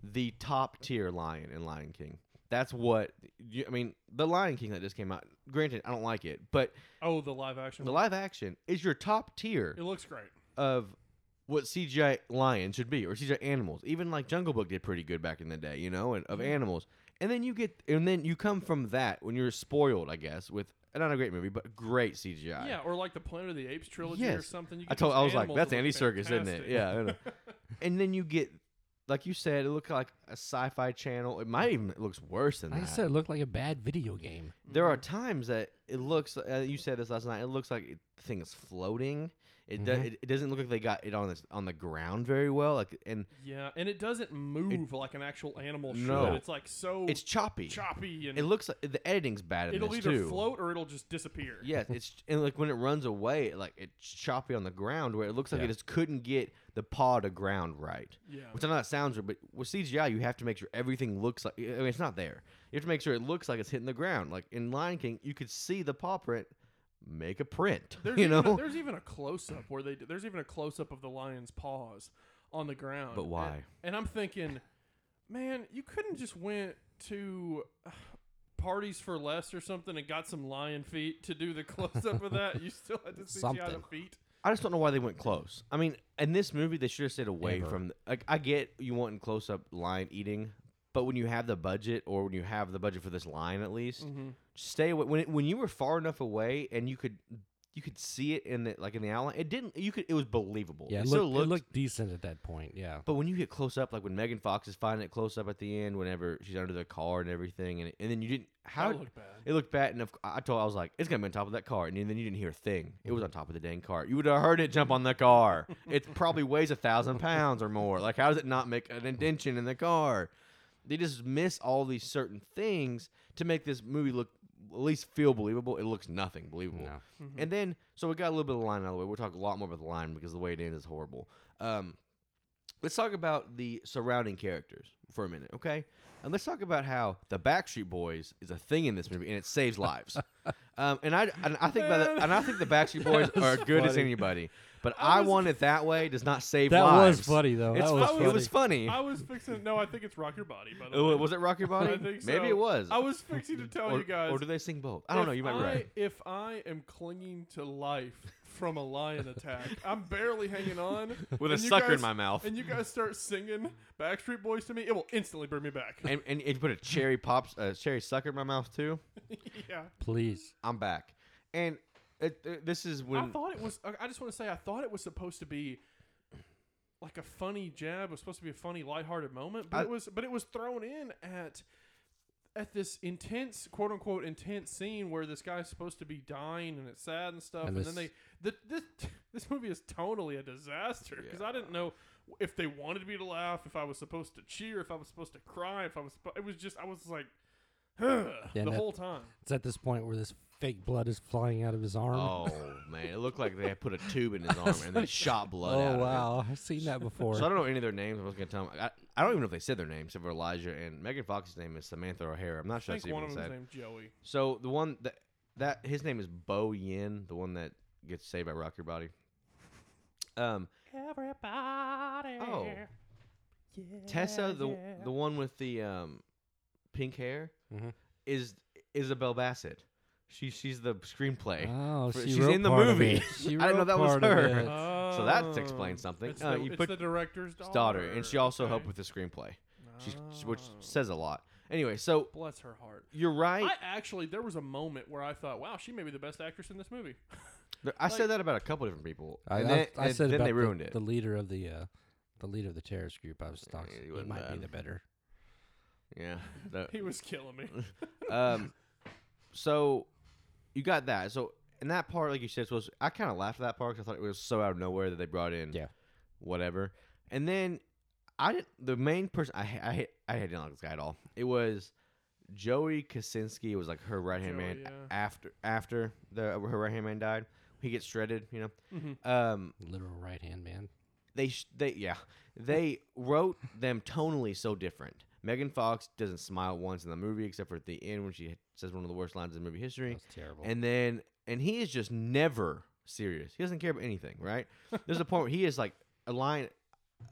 Speaker 1: the top tier lion in Lion King. That's what you, I mean. The Lion King that just came out. Granted, I don't like it, but
Speaker 2: (laughs) oh, the live action.
Speaker 1: the
Speaker 2: one.
Speaker 1: live action is your top tier.
Speaker 2: it looks great.
Speaker 1: of what CGI lion should be or CGI animals. Even like Jungle Book did pretty good back in the day, you know, and of animals. And then you get and then you come from that when you're spoiled, I guess, with not a great movie, but great CGI.
Speaker 2: Yeah, or like the Planet of the Apes trilogy or
Speaker 1: Yes.
Speaker 2: something. You
Speaker 1: I
Speaker 2: get
Speaker 1: told
Speaker 2: these
Speaker 1: I was like,
Speaker 2: animals
Speaker 1: that's
Speaker 2: that
Speaker 1: Andy
Speaker 2: look (laughs)
Speaker 1: Circus, isn't it?
Speaker 2: fantastic.
Speaker 1: Yeah. I know. and then you get like you said, it looked like a sci-fi channel. It might even it looks worse than
Speaker 3: Like I
Speaker 1: that.
Speaker 3: said, "Mm-hmm." it looked like a bad video game.
Speaker 1: there are times that it looks. Uh, you said this last night. It looks like it, the thing is floating. It, do,
Speaker 3: Mhm.
Speaker 1: it it doesn't look like they got it on this on the ground very well. Like and
Speaker 2: Yeah, and it doesn't move like an actual animal
Speaker 1: No.
Speaker 2: should. It's like so
Speaker 1: it's choppy.
Speaker 2: choppy and
Speaker 1: It looks like the editing's bad in
Speaker 2: it'll
Speaker 1: this
Speaker 2: either
Speaker 1: too.
Speaker 2: float or it'll just disappear.
Speaker 1: Yes, it's and like when it runs away, it, like it's choppy on the ground where it looks like it just couldn't get the paw to ground right.
Speaker 2: Yeah.
Speaker 1: Which I know that sounds weird, but with CGI you have to make sure everything looks like I mean it's not there. You have to make sure it looks like it's hitting the ground. Like in Lion King, you could see the paw print make a print. (laughs)
Speaker 2: There's
Speaker 1: you
Speaker 2: even
Speaker 1: know?
Speaker 2: a, there's even a close up where they there's even a close up of the lion's paws on the ground.
Speaker 1: But
Speaker 2: And-
Speaker 1: why?
Speaker 2: And, I'm thinking, man, you couldn't just went to uh, parties for less or something and got some lion feet to do the (laughs) close up of that. You still had to see the
Speaker 3: Something.
Speaker 2: feet.
Speaker 1: I just don't know why they went close. I mean, in this movie they should have stayed away
Speaker 3: Ever.
Speaker 1: from like I get you want close up lion eating, but when you have the budget or when you have the budget for this line at least,
Speaker 3: Mm-hmm.
Speaker 1: stay away when it, when you were far enough away and you could you could see it in the like in the outline. It didn't. You could. It was believable.
Speaker 3: Yeah, it
Speaker 1: it still
Speaker 3: looked, it
Speaker 1: looked-
Speaker 3: looked decent at that point. Yeah.
Speaker 1: But when you get close up, like when Megan Fox is finding it close up at the end, whenever she's under the car and everything, and, and then you didn't how
Speaker 2: That looked bad.
Speaker 1: It looked bad, and of, I told I was like, it's gonna be on top of that car, and then you didn't hear a thing. It was
Speaker 2: Mm-hmm.
Speaker 1: on top of the dang car. You would have heard it jump on the car. it probably weighs a thousand pounds or more. Like how does it not make an indention in the car? They just miss all these certain things to make this movie look at least feel believable. It looks nothing believable.
Speaker 3: No.
Speaker 1: And then, so we got a little bit of the line out of the way. We'll talk a lot more about the line because the way it ends is horrible. Um, let's talk about the surrounding characters for a minute, okay? And let's talk about how the Backstreet Boys is a thing in this movie and it saves
Speaker 3: (laughs)
Speaker 1: lives. um, and I and I think by the, and I think the Backstreet Boys are good as
Speaker 3: funny.
Speaker 1: anybody. But I, want it that way does not save
Speaker 3: That was
Speaker 1: lives.
Speaker 3: funny, though.
Speaker 1: It's
Speaker 3: That was
Speaker 1: fu- It was funny.
Speaker 2: I was fixing. No, I think it's rock your body. By the way,
Speaker 1: Oh, was it Rock Your Body?
Speaker 2: I think
Speaker 1: Maybe
Speaker 2: so.
Speaker 1: it was.
Speaker 2: I was fixing to tell
Speaker 1: or,
Speaker 2: you guys.
Speaker 1: Or do they sing both? I don't know.
Speaker 2: If
Speaker 1: You might be
Speaker 2: I-
Speaker 1: right.
Speaker 2: If I am clinging to life from a lion attack, I'm barely hanging on.
Speaker 1: (laughs) With a
Speaker 2: and you
Speaker 1: sucker in
Speaker 2: guys-
Speaker 1: my mouth.
Speaker 2: And you guys start singing Backstreet Boys to me, it will instantly bring me back.
Speaker 1: (laughs) And, and you put a cherry pops, a cherry sucker in my mouth too.
Speaker 2: yeah.
Speaker 3: Please.
Speaker 1: I'm back. And it, it- this is when
Speaker 2: I thought it was. I- I just want to say, I thought it was supposed to be like a funny jab. It was supposed to be a funny, lighthearted moment, but
Speaker 1: I-
Speaker 2: it was. But it was thrown in at at this intense, quote unquote, intense scene where this guy's supposed to be dying and it's sad and stuff,
Speaker 3: And
Speaker 2: and,
Speaker 3: this-
Speaker 2: then they the, this (laughs) this movie is tonally a disaster because I didn't know. If they wanted me to laugh, if I was supposed to cheer, if I was supposed to cry, if I was, suppo- it was just I was like, the
Speaker 3: that-
Speaker 2: whole time.
Speaker 3: It's at this point where this fake blood is flying out of his arm.
Speaker 1: Oh man, it looked like they had put a tube in
Speaker 3: (laughs)
Speaker 1: his arm and then shot blood. out
Speaker 3: Oh,
Speaker 1: of it.
Speaker 3: wow. I've
Speaker 1: (laughs)
Speaker 3: seen that before.
Speaker 1: So I don't know any of their names. I was gonna tell them. I, I don't even know if they said their names. Except for Elijah and Megan Fox's name is Samantha O'Hara. I'm not
Speaker 2: I
Speaker 1: sure that's
Speaker 2: think
Speaker 1: even
Speaker 2: one of them's
Speaker 1: said.
Speaker 2: named Joey.
Speaker 1: So the one that that his name is Bo Yin, the one that gets saved by Rock Your Body. Um. Everybody. Oh. Tessa, the the one with the um, pink hair,
Speaker 3: Mhm.
Speaker 1: is Isabel Bassett. She she's the screenplay.
Speaker 3: Oh,
Speaker 1: for-
Speaker 3: she
Speaker 1: she's
Speaker 3: wrote
Speaker 1: in the
Speaker 3: part of
Speaker 1: (laughs) movie.
Speaker 3: it. She
Speaker 1: I didn't know
Speaker 3: wrote
Speaker 1: that was
Speaker 3: part of
Speaker 1: her. Uh,
Speaker 3: it.
Speaker 1: So that explains
Speaker 2: Oh.
Speaker 1: something.
Speaker 2: It's,
Speaker 1: Uh,
Speaker 2: the,
Speaker 1: you
Speaker 2: it's
Speaker 1: put-
Speaker 2: the director's daughter.
Speaker 1: daughter, and she also
Speaker 2: okay.
Speaker 1: helped with the screenplay, She's which says a lot. Anyway, so
Speaker 2: Bless her heart.
Speaker 1: you're right.
Speaker 2: I actually, there was a moment where I thought, "Wow, she may be the best actress in this movie." (laughs)
Speaker 1: Th- I, said that about a couple different people,
Speaker 3: I,
Speaker 1: and
Speaker 3: I-
Speaker 1: then,
Speaker 3: I
Speaker 1: and
Speaker 3: said
Speaker 1: then
Speaker 3: about
Speaker 1: they
Speaker 3: the-
Speaker 1: ruined
Speaker 3: the,
Speaker 1: it.
Speaker 3: leader of the uh, the leader of the terrorist group. I was talking.
Speaker 1: he
Speaker 3: It
Speaker 1: wasn't
Speaker 3: might be
Speaker 1: bad.
Speaker 3: the better. (laughs)
Speaker 1: yeah. The-
Speaker 2: He was killing
Speaker 1: (laughs)
Speaker 2: me.
Speaker 1: um, so you got that. So in that part, like you said, was I kind of laughed at that part because I thought it was so out of nowhere that they brought in.
Speaker 3: Yeah.
Speaker 1: Whatever. And then I didn't. The main person I I hate- I didn't like this guy at all. It was Joey Kaczynski. Was like her right hand
Speaker 2: Joey,
Speaker 1: man a-
Speaker 2: yeah.
Speaker 1: after after the her right hand man died. He gets shredded. You know.
Speaker 2: Mm-hmm.
Speaker 1: Um
Speaker 3: Literal right hand man.
Speaker 1: they sh- they yeah they wrote them tonally so different. Megan Fox doesn't smile once in the movie except for at the end when she says one of the worst lines in movie history.
Speaker 3: That's terrible.
Speaker 1: And then and he is just never serious. He doesn't care about anything, right? There's a point where he is like a lion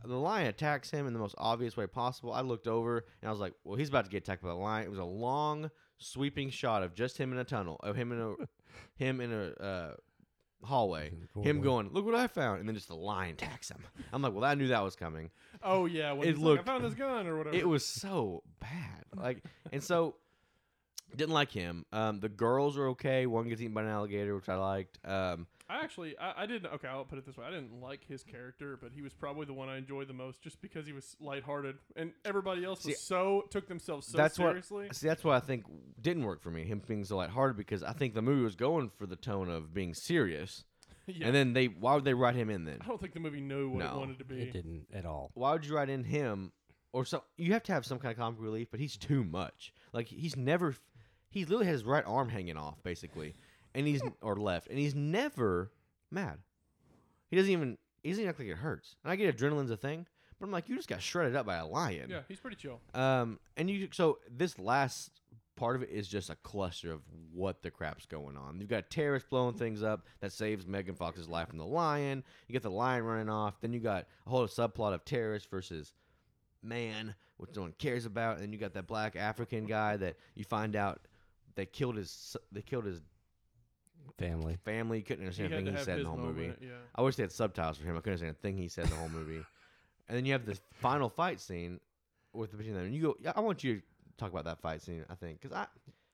Speaker 1: the lion attacks him in the most obvious way possible. I looked over and I was like, "Well, he's about to get attacked by the lion." It was a long sweeping shot of just him in a tunnel, of him in
Speaker 3: (laughs)
Speaker 1: a him in a uh, hallway, him
Speaker 3: corridor.
Speaker 1: going, "Look what I found," and then just the lion attacks him. I'm like, "Well, I knew that was coming."
Speaker 2: Oh yeah, when
Speaker 1: It
Speaker 2: he's
Speaker 1: looked-
Speaker 2: like, I found his gun or whatever.
Speaker 1: It was so bad. Like, and so didn't like him. Um, the girls are okay. One gets eaten by an alligator, which I liked. Um,
Speaker 2: I actually, I, I didn't. Okay, I'll put it this way: I didn't like his character, but he was probably the one I enjoyed the most, just because he was lighthearted, and everybody else was
Speaker 1: See,
Speaker 2: so took themselves so
Speaker 1: that's
Speaker 2: seriously.
Speaker 1: what see. That's what I think didn't work for me. Him being so lighthearted because I think the movie was going for the tone of being serious,
Speaker 2: (laughs) yeah,
Speaker 1: and then they why would they write him in then?
Speaker 2: I don't think the movie knew what it
Speaker 1: No,
Speaker 2: wanted to be.
Speaker 3: It didn't at all.
Speaker 1: Why would you write in him or so? You have to have some kind of comic relief, but he's too much. Like he's never. f- He literally has his right arm hanging off basically, and he's or left, and he's never mad. He doesn't even. He doesn't even act like it hurts. And I get adrenaline's a thing, but I'm like, you just got shredded up by a lion.
Speaker 2: Yeah, he's pretty chill.
Speaker 1: Um, and you so this last part of it is just a cluster of what the crap's going on. You've got terrorists blowing things up that saves Megan Fox's life from the lion. You get the lion running off. Then you got a whole subplot of terrorists versus man, which no one cares about. And then you got that black African guy that you find out they killed his they killed his
Speaker 3: Family.
Speaker 1: family. You couldn't
Speaker 2: He
Speaker 1: understand
Speaker 2: had to
Speaker 1: anything he
Speaker 2: have
Speaker 1: said in
Speaker 2: his
Speaker 1: the whole movie.
Speaker 2: moment. Yeah,
Speaker 1: I wish they had subtitles for him. I couldn't understand a thing he said the whole
Speaker 3: (laughs)
Speaker 1: movie. and then you have this final fight scene with the between them. And you go, yeah, I want you to talk about that fight scene. I think because I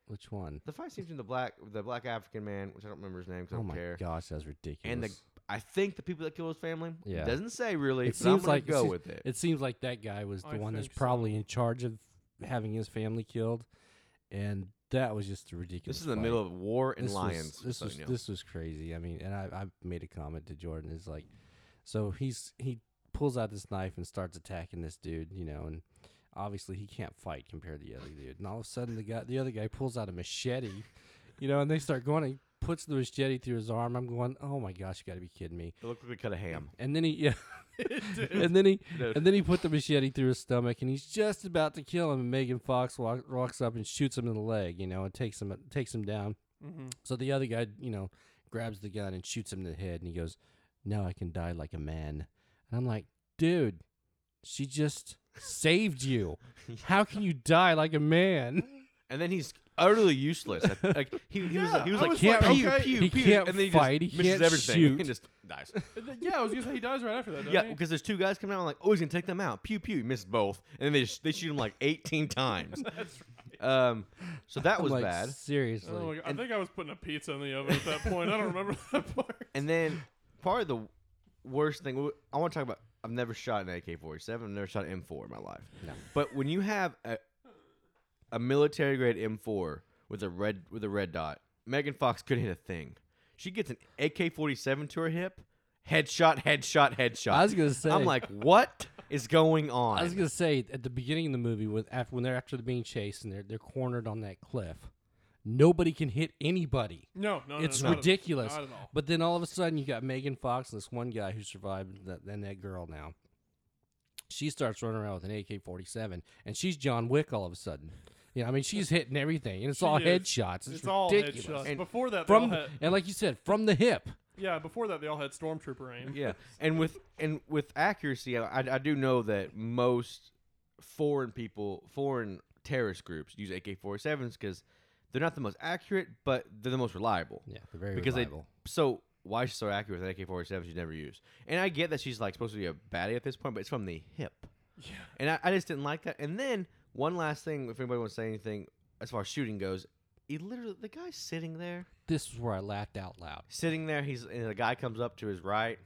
Speaker 3: Which one?
Speaker 1: the fight scene between the black the black African man, which I don't remember his name because I
Speaker 3: Oh
Speaker 1: don't
Speaker 3: my
Speaker 1: care.
Speaker 3: gosh, that's ridiculous.
Speaker 1: And the I think the people that killed his family.
Speaker 3: Yeah.
Speaker 1: doesn't say really.
Speaker 3: it
Speaker 1: but I'm
Speaker 3: seems
Speaker 1: gonna
Speaker 3: like
Speaker 1: go
Speaker 3: seems-
Speaker 1: with it.
Speaker 3: It seems like that guy was the
Speaker 2: I
Speaker 3: one that's
Speaker 2: think
Speaker 3: probably
Speaker 2: so.
Speaker 3: in charge of having his family killed, and that was just a ridiculous.
Speaker 1: This is in the
Speaker 3: fight.
Speaker 1: middle of war and
Speaker 3: This was-
Speaker 1: lions.
Speaker 3: this
Speaker 1: so,
Speaker 3: was
Speaker 1: you know.
Speaker 3: this was crazy. I mean, and I, I made a comment to Jordan. Is like, so he's he pulls out this knife and starts attacking this dude. You know, and obviously he can't fight compared to the other dude. And all of a sudden, the guy the other guy pulls out a machete. You know, and they start going. He puts the machete through his arm. I'm going, oh my gosh, you got to be kidding me.
Speaker 1: it looked like they cut a
Speaker 3: (laughs)
Speaker 1: ham.
Speaker 3: And then he yeah. and then he
Speaker 1: (laughs) Dude.
Speaker 3: and then he put the machete through his stomach, and he's just about to kill him. And Megan Fox walk, walks up and shoots him in the leg, you know, and takes him takes him down.
Speaker 2: Mm-hmm.
Speaker 3: So the other guy, you know, grabs the gun and shoots him in the head, and he goes, "Now I can die like a man." And I'm like, dude, she just
Speaker 1: (laughs)
Speaker 3: saved you. How can you die like a man?
Speaker 1: And then he's utterly useless. At- like he, he was like, he was
Speaker 2: I
Speaker 1: like,
Speaker 2: was
Speaker 1: can't
Speaker 2: like,
Speaker 1: pew,
Speaker 2: okay.
Speaker 1: pew,
Speaker 3: He
Speaker 1: pew,
Speaker 3: can't
Speaker 1: and then he
Speaker 3: fight, he
Speaker 1: Just misses
Speaker 3: can't
Speaker 1: everything. (laughs)
Speaker 3: shoot.
Speaker 1: He just dies.
Speaker 2: And th- yeah. I was gonna say he dies right after
Speaker 1: (laughs)
Speaker 2: that. Doesn't
Speaker 1: Yeah,
Speaker 2: he?
Speaker 1: because there's two guys coming out. I'm like, oh, he's gonna take them out. Pew pew, he missed both, and then they just, they shoot him like 18 (laughs) times.
Speaker 2: That's right.
Speaker 1: Um, so that
Speaker 3: I'm
Speaker 1: was
Speaker 3: like,
Speaker 1: bad.
Speaker 3: Seriously.
Speaker 2: Oh my God. I think I was putting a pizza in the oven at that point. I don't remember (laughs) that part.
Speaker 1: And then probably the worst thing w- I want to talk about. I've never shot an AK-47. I've never shot an M4 in my life. No. But when you have a a military grade M4 with a red with a red dot, Megan Fox couldn't hit a thing. She gets an AK-47 to her hip, headshot, headshot, headshot.
Speaker 3: I was gonna say-
Speaker 1: I'm like, what is going on?
Speaker 3: I was gonna say at the beginning of the movie, with after, when they're after being chased and they're they're cornered on that cliff, nobody can hit anybody.
Speaker 2: No, no, no,
Speaker 3: it's
Speaker 2: not at-
Speaker 3: ridiculous.
Speaker 2: not at all.
Speaker 3: But then all of a sudden, you got Megan Fox and this one guy who survived, that, and that girl now. She starts running around with an AK forty seven, and she's John Wick all of a sudden. Yeah, I mean she's hitting everything, and it's all
Speaker 2: is.
Speaker 3: headshots. It's,
Speaker 2: It's, all
Speaker 3: ridiculous.
Speaker 2: headshots.
Speaker 1: And
Speaker 2: before that,
Speaker 3: From
Speaker 2: they all had,
Speaker 3: and like you said, from the hip.
Speaker 2: yeah, before that they all had stormtrooper aim.
Speaker 1: yeah and with and with accuracy I, I do know that most foreign people foreign terrorist groups use ak-47s because they're not the most accurate but they're the most reliable
Speaker 3: Yeah, they're very
Speaker 1: because
Speaker 3: reliable.
Speaker 1: they so why she's so accurate with an ak-47 she's never used and i get that she's like supposed to be a baddie at this point but it's from the hip yeah and i, I just didn't like that and then one last thing if anybody wants to say anything as far as shooting goes he literally the guy's sitting there
Speaker 3: This is where I laughed out loud.
Speaker 1: sitting there. He's and the guy comes up to his right,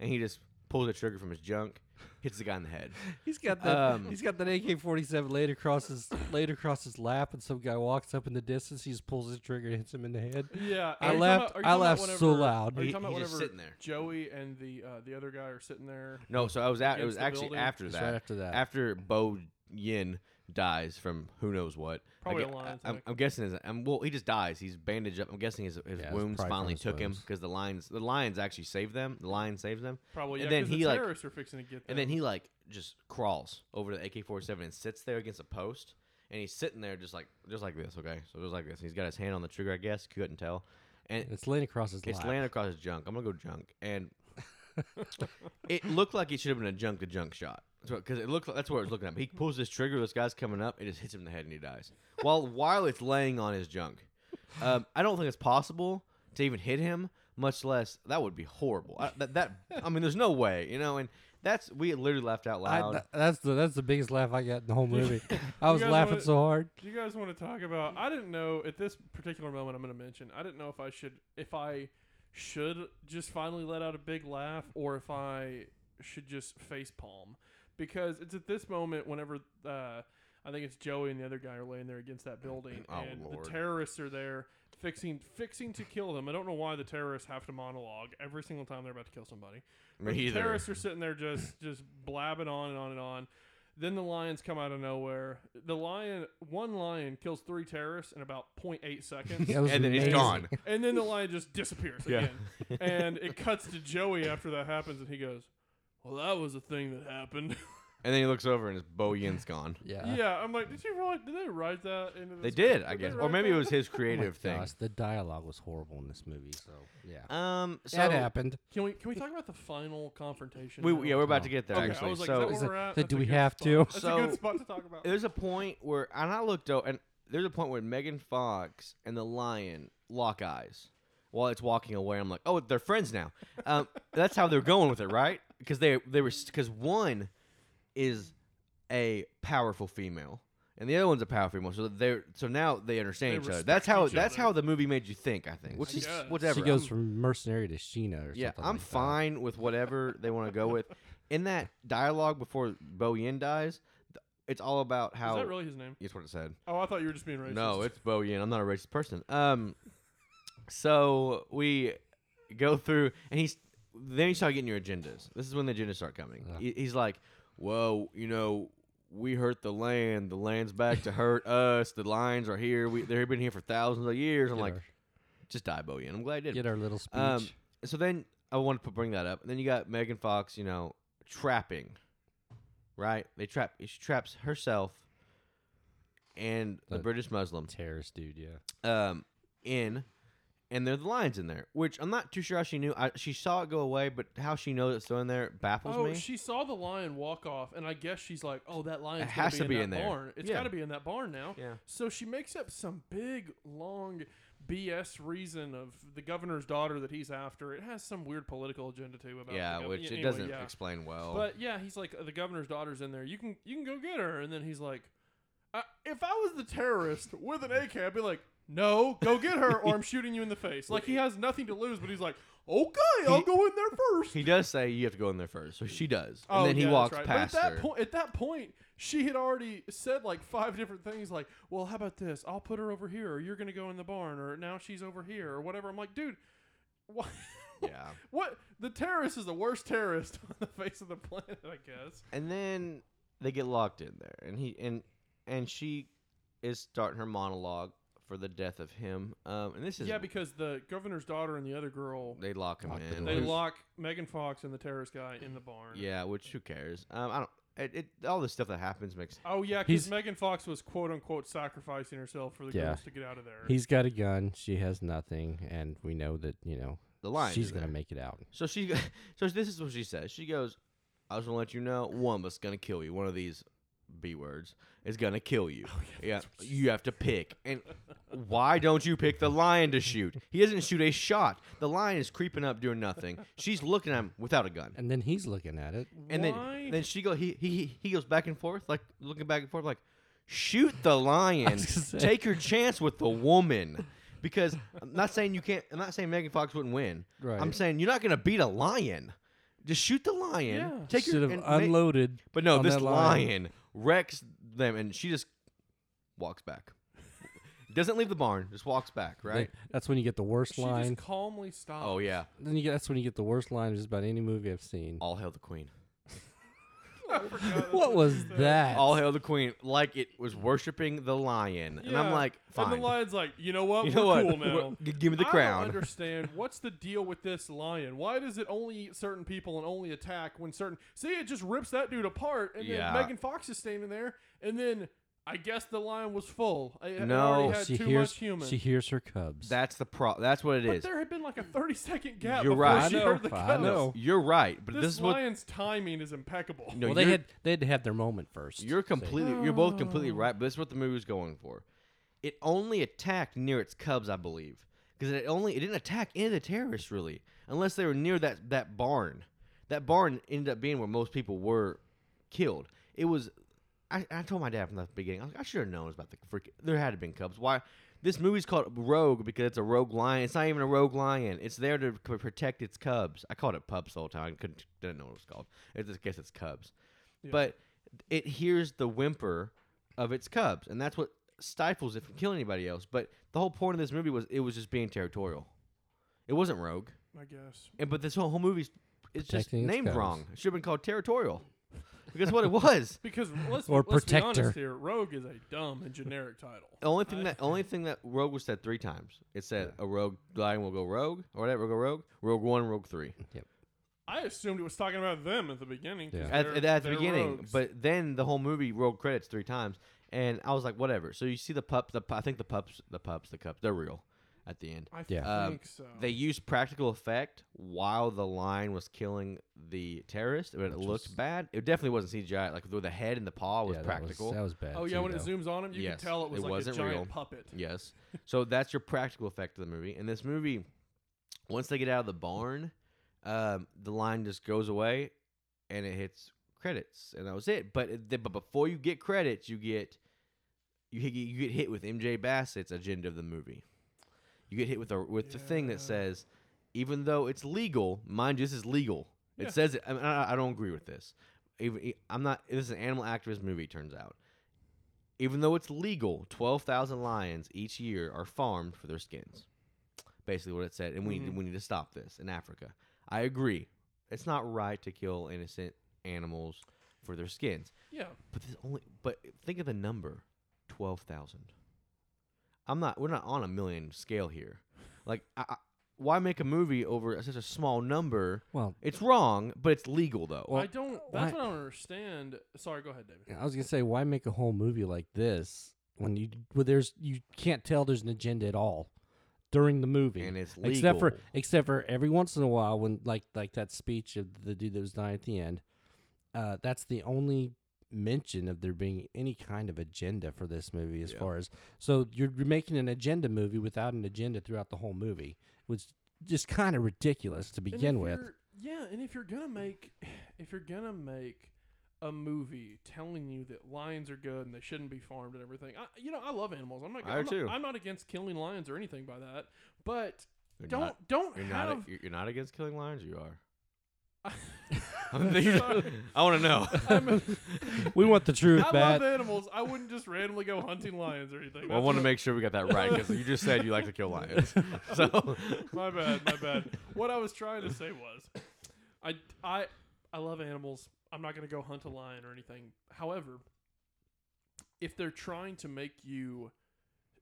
Speaker 1: and he just pulls the trigger from his junk, hits the guy in the head.
Speaker 3: He's got that.
Speaker 1: Um,
Speaker 3: he's got that AK forty seven laid across his laid across his lap, and some guy walks up in the distance. He just pulls his trigger and hits him in the head.
Speaker 2: Yeah,
Speaker 3: I
Speaker 2: are you talking
Speaker 3: laughed-
Speaker 2: about- are you
Speaker 3: I
Speaker 2: talking about
Speaker 3: laughed so
Speaker 2: whenever-
Speaker 3: loud.
Speaker 2: Are you
Speaker 1: He-
Speaker 2: talking about
Speaker 1: he's just
Speaker 2: whenever
Speaker 1: sitting there.
Speaker 2: Joey and the uh, the other guy are sitting there?
Speaker 1: No, so I was at. It
Speaker 2: Against
Speaker 1: was
Speaker 2: the
Speaker 1: actually
Speaker 2: building?
Speaker 1: after
Speaker 3: It's
Speaker 1: that.
Speaker 3: right after that.
Speaker 1: after Bo Yin dies from who knows what.
Speaker 2: Probably
Speaker 1: I,
Speaker 2: a lion
Speaker 1: am
Speaker 2: attack.
Speaker 1: guessing his. i well, he just dies. He's bandaged up. I'm guessing his, his
Speaker 3: it's
Speaker 1: wounds
Speaker 3: probably from
Speaker 1: finally
Speaker 3: his
Speaker 1: took him
Speaker 3: wounds.
Speaker 1: because the lions. The lions actually saved them. The lion saves them.
Speaker 2: Probably.
Speaker 1: And
Speaker 2: yeah,
Speaker 1: then
Speaker 2: 'cause
Speaker 1: he
Speaker 2: the
Speaker 1: like.
Speaker 2: terrorists are fixing to get.
Speaker 1: And then
Speaker 2: them.
Speaker 1: he like just crawls over to the AK-47 and sits there against a post. And he's sitting there just like just like this, okay? So just like this. He's got his hand on the trigger, I guess. Couldn't tell. And
Speaker 3: It's laying across his
Speaker 1: it's
Speaker 3: lap.
Speaker 1: laying across his junk. I'm gonna go junk, and it looked like it should have been a junk to junk shot. Because it looked like, that's what it was looking at. But he pulls this trigger. This guy's coming up. It just hits him in the head, and he dies. While while it's laying on his junk, um, I don't think it's possible to even hit him. Much less that would be horrible. I, that, that I mean, there's no way, you know. And that's we literally laughed out
Speaker 3: I-
Speaker 1: loud.
Speaker 3: tha- that's the that's the biggest laugh I got in the
Speaker 1: (laughs)
Speaker 3: whole movie. I was
Speaker 2: guys
Speaker 3: laughing
Speaker 2: wanna-
Speaker 3: so hard.
Speaker 2: Do you guys want to talk about? I didn't know at this particular moment. I'm going to mention. I didn't know if I should if I should just finally let out a big laugh or if I should just face palm. Because it's at this moment whenever uh, I think it's Joey and the other guy are laying there against that building
Speaker 1: Oh,
Speaker 2: and
Speaker 1: Lord.
Speaker 2: the terrorists are there fixing fixing to kill them. I don't know why the terrorists have to monologue every single time they're about to kill somebody.
Speaker 1: Me
Speaker 2: But the
Speaker 1: either.
Speaker 2: terrorists are sitting there just (clears throat) just blabbing on and on and on. Then the lions come out of nowhere. The lion, one lion, kills three terrorists in about 0.8
Speaker 3: (laughs)
Speaker 2: seconds.
Speaker 1: (laughs)
Speaker 3: That was
Speaker 1: and then he's
Speaker 3: amazing.
Speaker 1: gone.
Speaker 2: And then the lion just disappears
Speaker 1: Yeah.
Speaker 2: again.
Speaker 1: (laughs)
Speaker 2: and it cuts to Joey after that happens, and he goes, Well, that was a thing that happened. (laughs)
Speaker 1: And then he looks over and his Bo Yin's gone.
Speaker 3: Yeah. Oh
Speaker 2: yeah, I'm like, Did you really, did they write that into the
Speaker 1: They
Speaker 2: script?
Speaker 1: did, I
Speaker 2: they
Speaker 1: guess, or
Speaker 2: write
Speaker 1: maybe it
Speaker 2: that?
Speaker 1: was his creative thing.
Speaker 3: Gosh, the dialogue was horrible in this movie. So yeah,
Speaker 1: Um, so
Speaker 3: that happened.
Speaker 2: Can we, can we talk about the final confrontation?
Speaker 1: we
Speaker 2: now?
Speaker 1: yeah, we're about to
Speaker 3: Oh.
Speaker 1: get there
Speaker 2: Okay,
Speaker 1: actually.
Speaker 2: I was like,
Speaker 1: so
Speaker 2: is that where
Speaker 3: Is
Speaker 2: we're
Speaker 3: it-
Speaker 2: at?
Speaker 3: that-
Speaker 2: That's
Speaker 3: do
Speaker 2: a
Speaker 3: we
Speaker 2: good
Speaker 3: have
Speaker 2: spot.
Speaker 3: to?
Speaker 2: That's a
Speaker 1: So-
Speaker 2: good spot to talk about.
Speaker 1: there's a point where and I looked over and there's a point where Megan Fox and the lion lock eyes while it's walking away. I'm like, oh, they're friends now. Um, (laughs) that's how they're going with it, right? Because they they were because one is a powerful female and the other one's a powerful female. So they are so now they understand
Speaker 2: They
Speaker 1: each other.
Speaker 2: respect
Speaker 1: That's how
Speaker 2: each
Speaker 1: that's
Speaker 2: other.
Speaker 1: how the movie made you think. I think, which
Speaker 2: I
Speaker 1: is
Speaker 2: guess.
Speaker 1: whatever.
Speaker 3: She goes
Speaker 1: I'm-
Speaker 3: from mercenary to Sheena or
Speaker 1: yeah,
Speaker 3: something.
Speaker 1: I'm
Speaker 3: like that.
Speaker 1: fine with whatever they want to go with. In that dialogue before Bo Yin dies, th- it's all about how.
Speaker 2: Is that really his name?
Speaker 1: It's what it said.
Speaker 2: Oh, I thought you were just being racist.
Speaker 1: No, it's Bo Yin. I'm not a racist person. Um, so we go through, and he's then you start getting your agendas. This is when the agendas start coming. He- he's like, "Well, you know, we hurt the land. The land's back to hurt us. The lions are here. We they've been here for thousands of years." I'm
Speaker 3: Get
Speaker 1: like,
Speaker 3: our-
Speaker 1: "Just die, Bo Yin. I'm glad I did."
Speaker 3: Get our little speech.
Speaker 1: Um, so then I wanted to bring that up. And then you got Megan Fox, you know, trapping, right? They trap. She traps herself and the
Speaker 3: The-
Speaker 1: British Muslim
Speaker 3: Terrorist dude. Yeah.
Speaker 1: um, in, and there are the lions in there, which I'm not too sure how she knew. I, she saw it go away, but how she knows it's still in there baffles
Speaker 2: Oh,
Speaker 1: me.
Speaker 2: she saw the lion walk off, and I guess she's like, "Oh, that lion's
Speaker 1: It
Speaker 2: gotta
Speaker 1: has to be
Speaker 2: in,
Speaker 1: in
Speaker 2: that
Speaker 1: there.
Speaker 2: barn. It's
Speaker 1: Yeah.
Speaker 2: got to be in that barn now."
Speaker 1: Yeah.
Speaker 2: So she makes up some big, long BS reason of the governor's daughter that he's after. It has some weird political agenda too about. the
Speaker 1: yeah,
Speaker 2: gov-
Speaker 1: which
Speaker 2: Oh, yeah,
Speaker 1: it
Speaker 2: anyway,
Speaker 1: doesn't
Speaker 2: yeah.
Speaker 1: explain well.
Speaker 2: But yeah, he's like, "The governor's daughter's in there. You can you can go get her." And then he's like, I, "If I was the terrorist with an AK, I'd be like." No, go get her,
Speaker 1: (laughs)
Speaker 2: or I'm shooting you in the face. Like he has nothing to lose, but he's like, "Okay, I'll
Speaker 1: He-
Speaker 2: go in there first.
Speaker 1: he does say you have to go in there first, so she does, and then he
Speaker 2: Oh, yeah, that's
Speaker 1: walks
Speaker 2: right.
Speaker 1: past
Speaker 2: But at
Speaker 1: her.
Speaker 2: that point, at that point, she had already said like five different things. Like, well, how about this? I'll put her over here, or you're gonna go in the barn, or now she's over here, or whatever. I'm like, dude, (laughs) what?
Speaker 1: Yeah.
Speaker 2: What? The terrorist is the worst terrorist (laughs) on the face of the planet, I guess.
Speaker 1: and then they get locked in there and he and and she is starting her monologue for the death of him um and this is
Speaker 2: Yeah, because the governor's daughter and the other girl,
Speaker 1: they lock him
Speaker 3: Lock the
Speaker 1: in
Speaker 3: door.
Speaker 2: they
Speaker 1: which-
Speaker 2: lock Megan Fox and the terrorist guy in the barn.
Speaker 1: yeah which who cares um i don't it, it all this stuff that happens makes
Speaker 2: Oh yeah, because
Speaker 3: He's-
Speaker 2: Megan Fox was quote unquote sacrificing herself for the
Speaker 3: Yeah.
Speaker 2: girls to get out of there.
Speaker 3: He's got a gun. She has nothing, and we know that you know
Speaker 1: the line
Speaker 3: she's gonna make it out.
Speaker 1: so she (laughs) so this is what she says she goes i just want to let you know one of us gonna kill you one of these b words is gonna kill you yeah, you have to pick and why don't you pick the lion to shoot he doesn't shoot a shot the lion is creeping up doing nothing she's looking at him without a gun
Speaker 3: And then he's looking at it.
Speaker 1: And
Speaker 2: Why?
Speaker 1: then then she go he he he goes back and forth like looking back and forth like shoot
Speaker 3: (laughs)
Speaker 1: the lion.
Speaker 3: was gonna say.
Speaker 1: Take your chance with the woman. Because I'm not saying you can't I'm not saying Megan Fox wouldn't win.
Speaker 3: Right.
Speaker 1: I'm saying you're not going to beat a lion. Just shoot the lion.
Speaker 2: Yeah.
Speaker 1: Take your and ma-
Speaker 3: unloaded.
Speaker 1: But no,
Speaker 3: on
Speaker 1: this
Speaker 3: that
Speaker 1: lion.
Speaker 3: lion.
Speaker 1: wrecks them and she just walks back. (laughs) Doesn't leave the barn, just walks back, right?
Speaker 3: That's when you get the worst
Speaker 2: she
Speaker 3: line.
Speaker 2: just calmly stopped.
Speaker 1: oh yeah.
Speaker 3: Then you get, that's when you get the worst line of just about any movie I've seen.
Speaker 1: All hail the queen.
Speaker 3: What was that?
Speaker 1: All hail the queen like it was worshiping the lion. And I'm
Speaker 2: Yeah.
Speaker 1: like, fine.
Speaker 2: And the lion's like, you know what?
Speaker 1: You know
Speaker 2: We're
Speaker 1: what?
Speaker 2: cool
Speaker 1: (laughs)
Speaker 2: now.
Speaker 1: We're- g- give me the
Speaker 2: I
Speaker 1: crown."
Speaker 2: don't understand. What's the deal with this lion? Why does it only eat certain people and only attack when certain? See, it just rips that dude apart, and
Speaker 1: Yeah.
Speaker 2: then Megan Fox is standing there, and then I guess the lion was full. I, it
Speaker 1: No,
Speaker 2: already had
Speaker 3: she
Speaker 2: too
Speaker 3: hears.
Speaker 2: much human.
Speaker 3: She hears her cubs.
Speaker 1: That's the pro. That's what it
Speaker 2: but
Speaker 1: is.
Speaker 2: there had been like a thirty second gap
Speaker 1: You're
Speaker 2: before
Speaker 1: right.
Speaker 2: she
Speaker 1: I
Speaker 2: heard
Speaker 3: know,
Speaker 2: the
Speaker 3: I
Speaker 2: cuss.
Speaker 3: know.
Speaker 1: You're right, but
Speaker 2: This,
Speaker 1: this, is what
Speaker 2: lion's timing is impeccable.
Speaker 1: no.
Speaker 3: well, they
Speaker 1: you're,
Speaker 3: had they had to have their moment first.
Speaker 1: you're
Speaker 3: See?
Speaker 1: completely. You're both completely right. But this is what the movie was going for. It only attacked near its cubs, I believe, because it only it didn't attack any of the terrorists really, unless they were near that that barn. That barn ended up being where most people were killed. It was. I I, I told my dad from the beginning. I, was like, I should have known about the freak. There had to been cubs. Why? This movie's called Rogue because it's a rogue lion. It's not even a rogue lion. It's there to c- protect its cubs. I called it pups the whole time. Couldn't didn't know what it was called. I just guess it's cubs. But it hears the whimper of its cubs, and that's what stifles it from killing anybody else. But the whole point of this movie was it was just being territorial. It wasn't rogue.
Speaker 2: I guess.
Speaker 1: And, but this whole, whole movie's it's just
Speaker 3: Protecting its
Speaker 1: named
Speaker 3: cubs.
Speaker 1: wrong. It should have been called territorial. Because what it was. (laughs)
Speaker 2: Because let's,
Speaker 3: Or
Speaker 2: let's be
Speaker 3: protector.
Speaker 2: honest here, Rogue is a dumb and generic title.
Speaker 1: The only thing that only thing that Rogue was said three times. It said a rogue lion will go rogue or whatever will go rogue. Rogue one, rogue three.
Speaker 2: I assumed it was talking about them at the beginning. 'cause
Speaker 3: Yeah.
Speaker 1: At,
Speaker 2: they're-
Speaker 1: at, at the
Speaker 2: they're
Speaker 1: beginning,
Speaker 2: rogues.
Speaker 1: but then the whole movie rogue credits three times, and I was like, whatever. So you see the pups. The pu- I think the pups, the pups, the cups. They're real. At the end,
Speaker 2: I
Speaker 3: Yeah.
Speaker 1: Um,
Speaker 2: think so.
Speaker 1: they used practical effect while the lion was killing the terrorist, but it looked bad. It definitely wasn't CGI. Like with the head and the paw was
Speaker 3: yeah,
Speaker 1: practical.
Speaker 3: That was, that was bad.
Speaker 2: oh yeah,
Speaker 3: too,
Speaker 2: when it
Speaker 3: though.
Speaker 2: zooms on him, you
Speaker 1: Yes,
Speaker 2: can tell it was
Speaker 1: it
Speaker 2: like
Speaker 1: wasn't
Speaker 2: a giant
Speaker 1: real.
Speaker 2: puppet.
Speaker 1: Yes. So that's your practical effect of the movie. And this movie, once they get out of the barn, um, the line just goes away, and it hits credits, and that was it. But it, but before you get credits, you get you hit, you get hit with MJ Bassett's agenda of the movie. You get hit with a with the thing
Speaker 2: Yeah.
Speaker 1: that says, even though it's legal, mind you, this is legal. It
Speaker 2: Yeah.
Speaker 1: says it. I, mean, I, I don't agree with this. Even, I'm not. This is an animal activist movie. it Turns out, even though it's legal, 12,000 lions each year are farmed for their skins. Basically, what it said, and we we need to stop this in Africa. I agree. It's not right to kill innocent animals for their skins.
Speaker 2: Yeah.
Speaker 1: But this only but think of the number, twelve thousand. I'm not. We're not on a million scale here. Like, I, I, why make a movie over such a small number?
Speaker 3: Well-
Speaker 1: it's wrong, but it's legal though.
Speaker 3: Well,
Speaker 2: I don't. That's
Speaker 3: why-
Speaker 2: what I don't understand. Sorry, go ahead, David.
Speaker 3: I was gonna say, why make a whole movie like this when you well, there's you can't tell there's an agenda at all during the movie,
Speaker 1: And it's
Speaker 3: except for
Speaker 1: legal.
Speaker 3: except for every once in a while when like like that speech of the dude that was dying at the end. Uh, that's the only mention of there being any kind of agenda for this movie as far as so you're making an agenda movie without an agenda throughout the whole movie, which is just kind of ridiculous to
Speaker 2: And
Speaker 3: begin
Speaker 2: if
Speaker 3: with.
Speaker 2: you're- Yeah, and if you're gonna make, (sighs) if you're gonna make a movie telling you that lions are good and they shouldn't be farmed and everything, I, you know, I love animals. I'm not.
Speaker 1: I
Speaker 2: I'm
Speaker 1: do too.
Speaker 2: Not, I'm not against killing lions or anything by that, but
Speaker 1: You're
Speaker 2: don't
Speaker 1: not-
Speaker 2: don't
Speaker 1: You're
Speaker 2: have.
Speaker 1: not.
Speaker 2: (laughs)
Speaker 1: You're (laughs) not against killing lions. You are. (laughs)
Speaker 2: I'm sorry.
Speaker 1: I want to know.
Speaker 2: I'm-
Speaker 3: We want the truth
Speaker 2: I
Speaker 3: back.
Speaker 2: love animals. I wouldn't just randomly go hunting lions or
Speaker 1: I
Speaker 2: anything. That's
Speaker 1: want to
Speaker 2: what-
Speaker 1: make sure we got that right because you just said you like to kill
Speaker 2: (laughs)
Speaker 1: lions. So
Speaker 2: my bad, my bad. What I was trying to say was, I, I, I love animals. I'm not gonna go hunt a lion or anything. However, if they're trying to make you,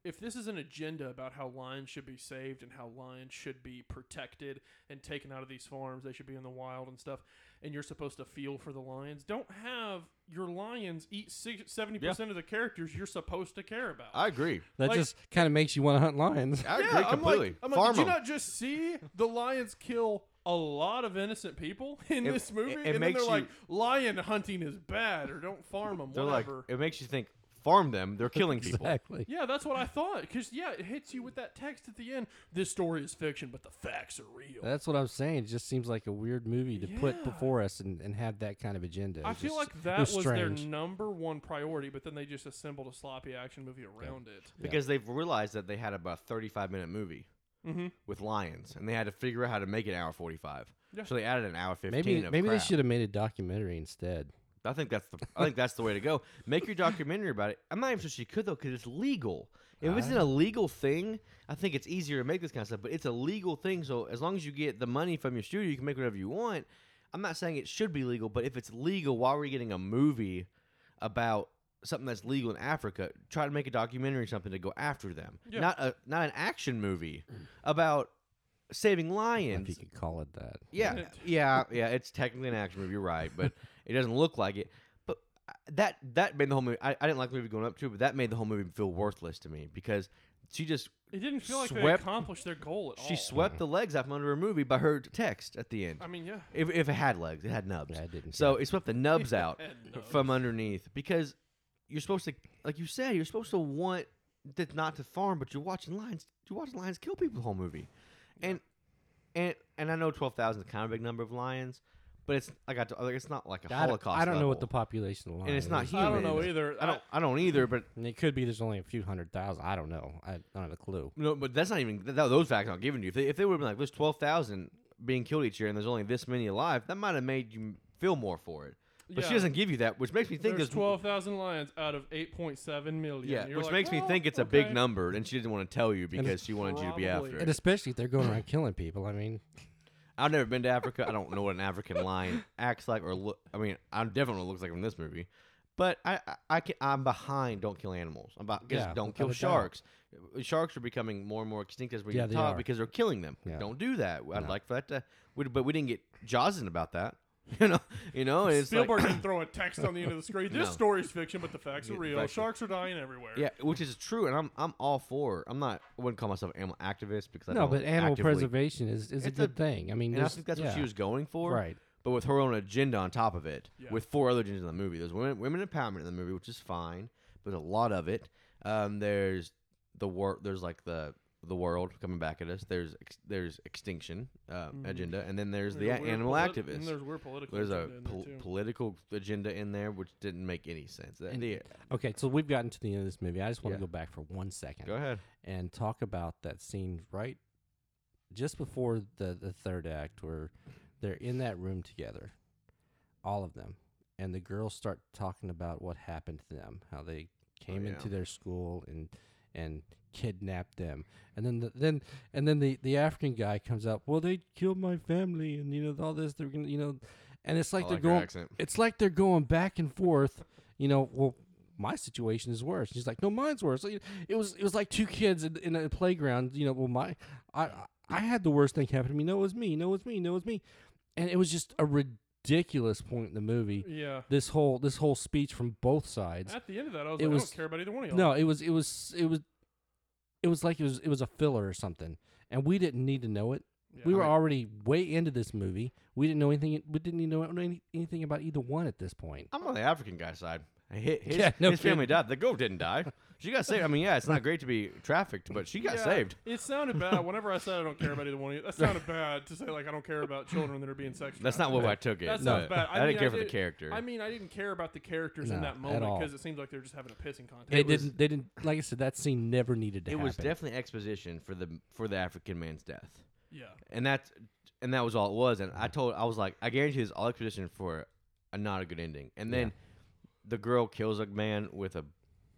Speaker 2: if this is an agenda about how lions should be saved and how lions should be protected and taken out of these farms, they should be in the wild and stuff, and you're supposed to feel for the lions, don't have your lions eat seventy percent of the characters you're supposed to care about.
Speaker 1: I agree.
Speaker 3: That
Speaker 2: Like-
Speaker 3: just kind of makes you want to hunt lions. (laughs)
Speaker 1: I
Speaker 2: Yeah,
Speaker 1: agree
Speaker 2: I'm
Speaker 1: completely.
Speaker 2: like, I'm like,
Speaker 1: Farm
Speaker 2: did you
Speaker 1: 'em.
Speaker 2: not just see the lions kill a lot of innocent people (laughs) in
Speaker 1: It-
Speaker 2: this movie?
Speaker 1: it- it
Speaker 2: and then
Speaker 1: makes
Speaker 2: they're
Speaker 1: you-
Speaker 2: like, lion hunting is bad or don't farm them,
Speaker 1: They're like,
Speaker 2: whatever.
Speaker 1: it makes you think. Farm them. They're killing people.
Speaker 3: Exactly.
Speaker 2: yeah, that's what I thought. Because, yeah, it hits you with that text at the end. This story is fiction, but the facts are real.
Speaker 3: That's what I'm saying. It just seems like a weird movie to put
Speaker 2: Yeah.
Speaker 3: before us and, and have that kind of agenda.
Speaker 2: I
Speaker 3: It's
Speaker 2: feel
Speaker 3: just-
Speaker 2: like
Speaker 3: it
Speaker 2: that was, their
Speaker 3: strange.
Speaker 2: number one priority, but then they just assembled a sloppy action movie around it.
Speaker 1: because they've realized that they had about a 35 minute movie
Speaker 2: Mm-hmm.
Speaker 1: with lions and they had to figure out how to make it an hour 45
Speaker 2: Yeah.
Speaker 1: so they added an hour 15
Speaker 3: maybe
Speaker 1: of
Speaker 3: maybe they
Speaker 1: crap.
Speaker 3: should have made a documentary instead.
Speaker 1: i think that's the i think that's the way to go make your documentary about it i'm not even sure she could though because it's legal if it's an illegal thing i think it's easier to make this kind of stuff but it's a legal thing so as long as you get the money from your studio you can make whatever you want i'm not saying it should be legal but if it's legal why are we getting a movie about something that's legal in Africa, try to make a documentary or something to go after them.
Speaker 2: Yeah.
Speaker 1: Not a not an action movie about saving
Speaker 3: If you
Speaker 1: lions.
Speaker 3: could call it that.
Speaker 1: Yeah, (laughs) yeah, yeah. It's technically an action movie. You're right, but it doesn't look like it. But uh, that that made the whole movie. I, I didn't like the movie going up to, but that made the whole movie feel worthless to me because she just
Speaker 2: It didn't feel like they
Speaker 1: Swept-
Speaker 2: accomplished their goal at all.
Speaker 1: she swept the legs out from under her movie by her text at the end.
Speaker 2: I mean, yeah.
Speaker 1: If, if it had legs, it had nubs.
Speaker 3: Yeah, it didn't
Speaker 1: So it swept the nubs
Speaker 2: (laughs) It
Speaker 1: out
Speaker 2: had nubs.
Speaker 1: from underneath because you're supposed to, like you said, you're supposed to want that not to farm, but you're watching lions. You're watching lions kill people the whole movie, and and and I know twelve thousand is kind of a big number of lions, But it's like I got like it's not like a
Speaker 3: I don't,
Speaker 1: Holocaust.
Speaker 3: I don't know what the
Speaker 1: level.
Speaker 3: population line
Speaker 1: and it's not
Speaker 3: is.
Speaker 1: human.
Speaker 2: I don't know either.
Speaker 1: I don't. I don't either. But
Speaker 3: And it could be there's only a few hundred thousand. I don't know. I don't have a clue.
Speaker 1: no. But that's not even th- those facts aren't given to you. If they, if they would have been like, there's twelve thousand being killed each year, and there's only this many alive, that might have made you feel more for it. But she
Speaker 2: Yeah.
Speaker 1: doesn't give you that, which makes me think
Speaker 2: There's
Speaker 1: it's-
Speaker 2: twelve thousand lions out of eight point seven million.
Speaker 1: Yeah,
Speaker 2: You're
Speaker 1: which
Speaker 2: like,
Speaker 1: makes me
Speaker 2: well,
Speaker 1: think it's a
Speaker 2: okay.
Speaker 1: big number, and she didn't want to tell you because she wanted you to be
Speaker 2: probably-
Speaker 1: after
Speaker 3: And
Speaker 1: it.
Speaker 3: especially if they're going around killing people. I mean,
Speaker 1: I've never been to Africa. I don't know what an African lion acts like or look. I mean, I definitely know what it looks like from this movie, but I, I, I can, I'm behind. Don't kill animals. I'm about just
Speaker 3: Yeah,
Speaker 1: don't
Speaker 3: without
Speaker 1: kill
Speaker 3: a doubt.
Speaker 1: sharks. Sharks are becoming more and more extinct as we
Speaker 3: Yeah,
Speaker 1: get
Speaker 3: they
Speaker 1: taught
Speaker 3: are.
Speaker 1: because they're killing them.
Speaker 3: Yeah.
Speaker 1: Don't do that. I'd like for that to, we, but we didn't get Jaws about that. (laughs) You know, you know, and it's like-
Speaker 2: Spielberg didn't throw a text on the end of the screen. This
Speaker 1: No.
Speaker 2: story's fiction, but the facts are
Speaker 1: Yeah,
Speaker 2: real.
Speaker 1: facts are-
Speaker 2: Sharks are dying everywhere.
Speaker 1: (coughs) yeah, which is true, and I'm I'm all for. it. I'm not. I wouldn't call myself an animal activist because I
Speaker 3: no,
Speaker 1: don't
Speaker 3: but animal
Speaker 1: actively-
Speaker 3: preservation is, is a
Speaker 1: It's a-
Speaker 3: good thing. I mean,
Speaker 1: And I
Speaker 3: there's-
Speaker 1: think that's what she
Speaker 3: yeah.
Speaker 1: was going for.
Speaker 3: Right.
Speaker 1: But with her own agenda on top of it,
Speaker 2: Yeah.
Speaker 1: with four other agendas in the movie. There's women, women empowerment in the movie, which is fine, but there's a lot of it. Um, there's the war. There's like the the world coming back at us. There's ex- there's extinction uh, agenda, and then there's
Speaker 2: Mm-hmm. There's
Speaker 1: the
Speaker 2: a
Speaker 1: a-
Speaker 2: weird
Speaker 1: animal
Speaker 2: polit-
Speaker 1: activists.
Speaker 2: And there's weird political.
Speaker 1: There's a
Speaker 2: agenda in there,
Speaker 1: pol-
Speaker 2: too.
Speaker 1: political agenda in there which didn't make any sense. That- yeah.
Speaker 3: Okay, so we've gotten to the end of this movie. I just want
Speaker 1: Yeah.
Speaker 3: to go back for one second
Speaker 1: Go ahead.
Speaker 3: and talk about that scene right just before the, the third act where they're in that room together, all of them, and the girls start talking about what happened to them, how they came
Speaker 1: yeah.
Speaker 3: into their school and and kidnapped them. And then the, then and then the, the African guy comes up, well they killed my family and you know all this they're gonna you know and it's like
Speaker 1: I
Speaker 3: they're
Speaker 1: like her
Speaker 3: going
Speaker 1: accent.
Speaker 3: it's like they're going back and forth. You know, well, my situation is worse. She's like, no, mine's worse. Like, It was it was like two kids in, in a playground. You know, well, my I I had the worst thing happen to me. No, it was me. No, it was me. No, it was me. And it was just a ridiculous point in the movie.
Speaker 2: Yeah.
Speaker 3: This whole this whole speech from both sides.
Speaker 2: At the end of that, I was
Speaker 3: It
Speaker 2: like, I
Speaker 3: was-
Speaker 2: don't care about either one of y'all.
Speaker 3: No, it was it was it was it was like it was it was a filler or something, and we didn't need to know it. we
Speaker 2: Yeah.
Speaker 3: were already way into this movie. We didn't know anything. We didn't even know any, anything about either one at this point.
Speaker 1: I'm on the African guy's side. His, his,
Speaker 3: Yeah, no
Speaker 1: his family
Speaker 3: kidding.
Speaker 1: died. The goat didn't die. She got saved. I mean, yeah, it's not great to be trafficked, but she got
Speaker 2: Yeah,
Speaker 1: saved.
Speaker 2: It sounded
Speaker 1: (laughs)
Speaker 2: bad. Whenever I said I don't care about either one of you, that sounded bad to say like I don't care about children that are being sex.
Speaker 1: That's not
Speaker 2: trafficked.
Speaker 1: what I took it.
Speaker 2: That
Speaker 1: No,
Speaker 2: sounds bad.
Speaker 1: I, didn't
Speaker 2: mean,
Speaker 1: care for the character.
Speaker 2: I mean, I didn't care about the characters in
Speaker 3: No,
Speaker 2: that
Speaker 3: at
Speaker 2: moment
Speaker 3: all.
Speaker 2: because it seemed like they were just having a pissing contest.
Speaker 3: They didn't. They didn't. Like I said, that scene never needed to
Speaker 1: it
Speaker 3: happen.
Speaker 1: was definitely exposition for the for the African man's death,
Speaker 2: Yeah.
Speaker 1: and that's and that was all it was. And I told I was like, I guarantee this is all exposition for a not a good ending. And then the girl kills a man with a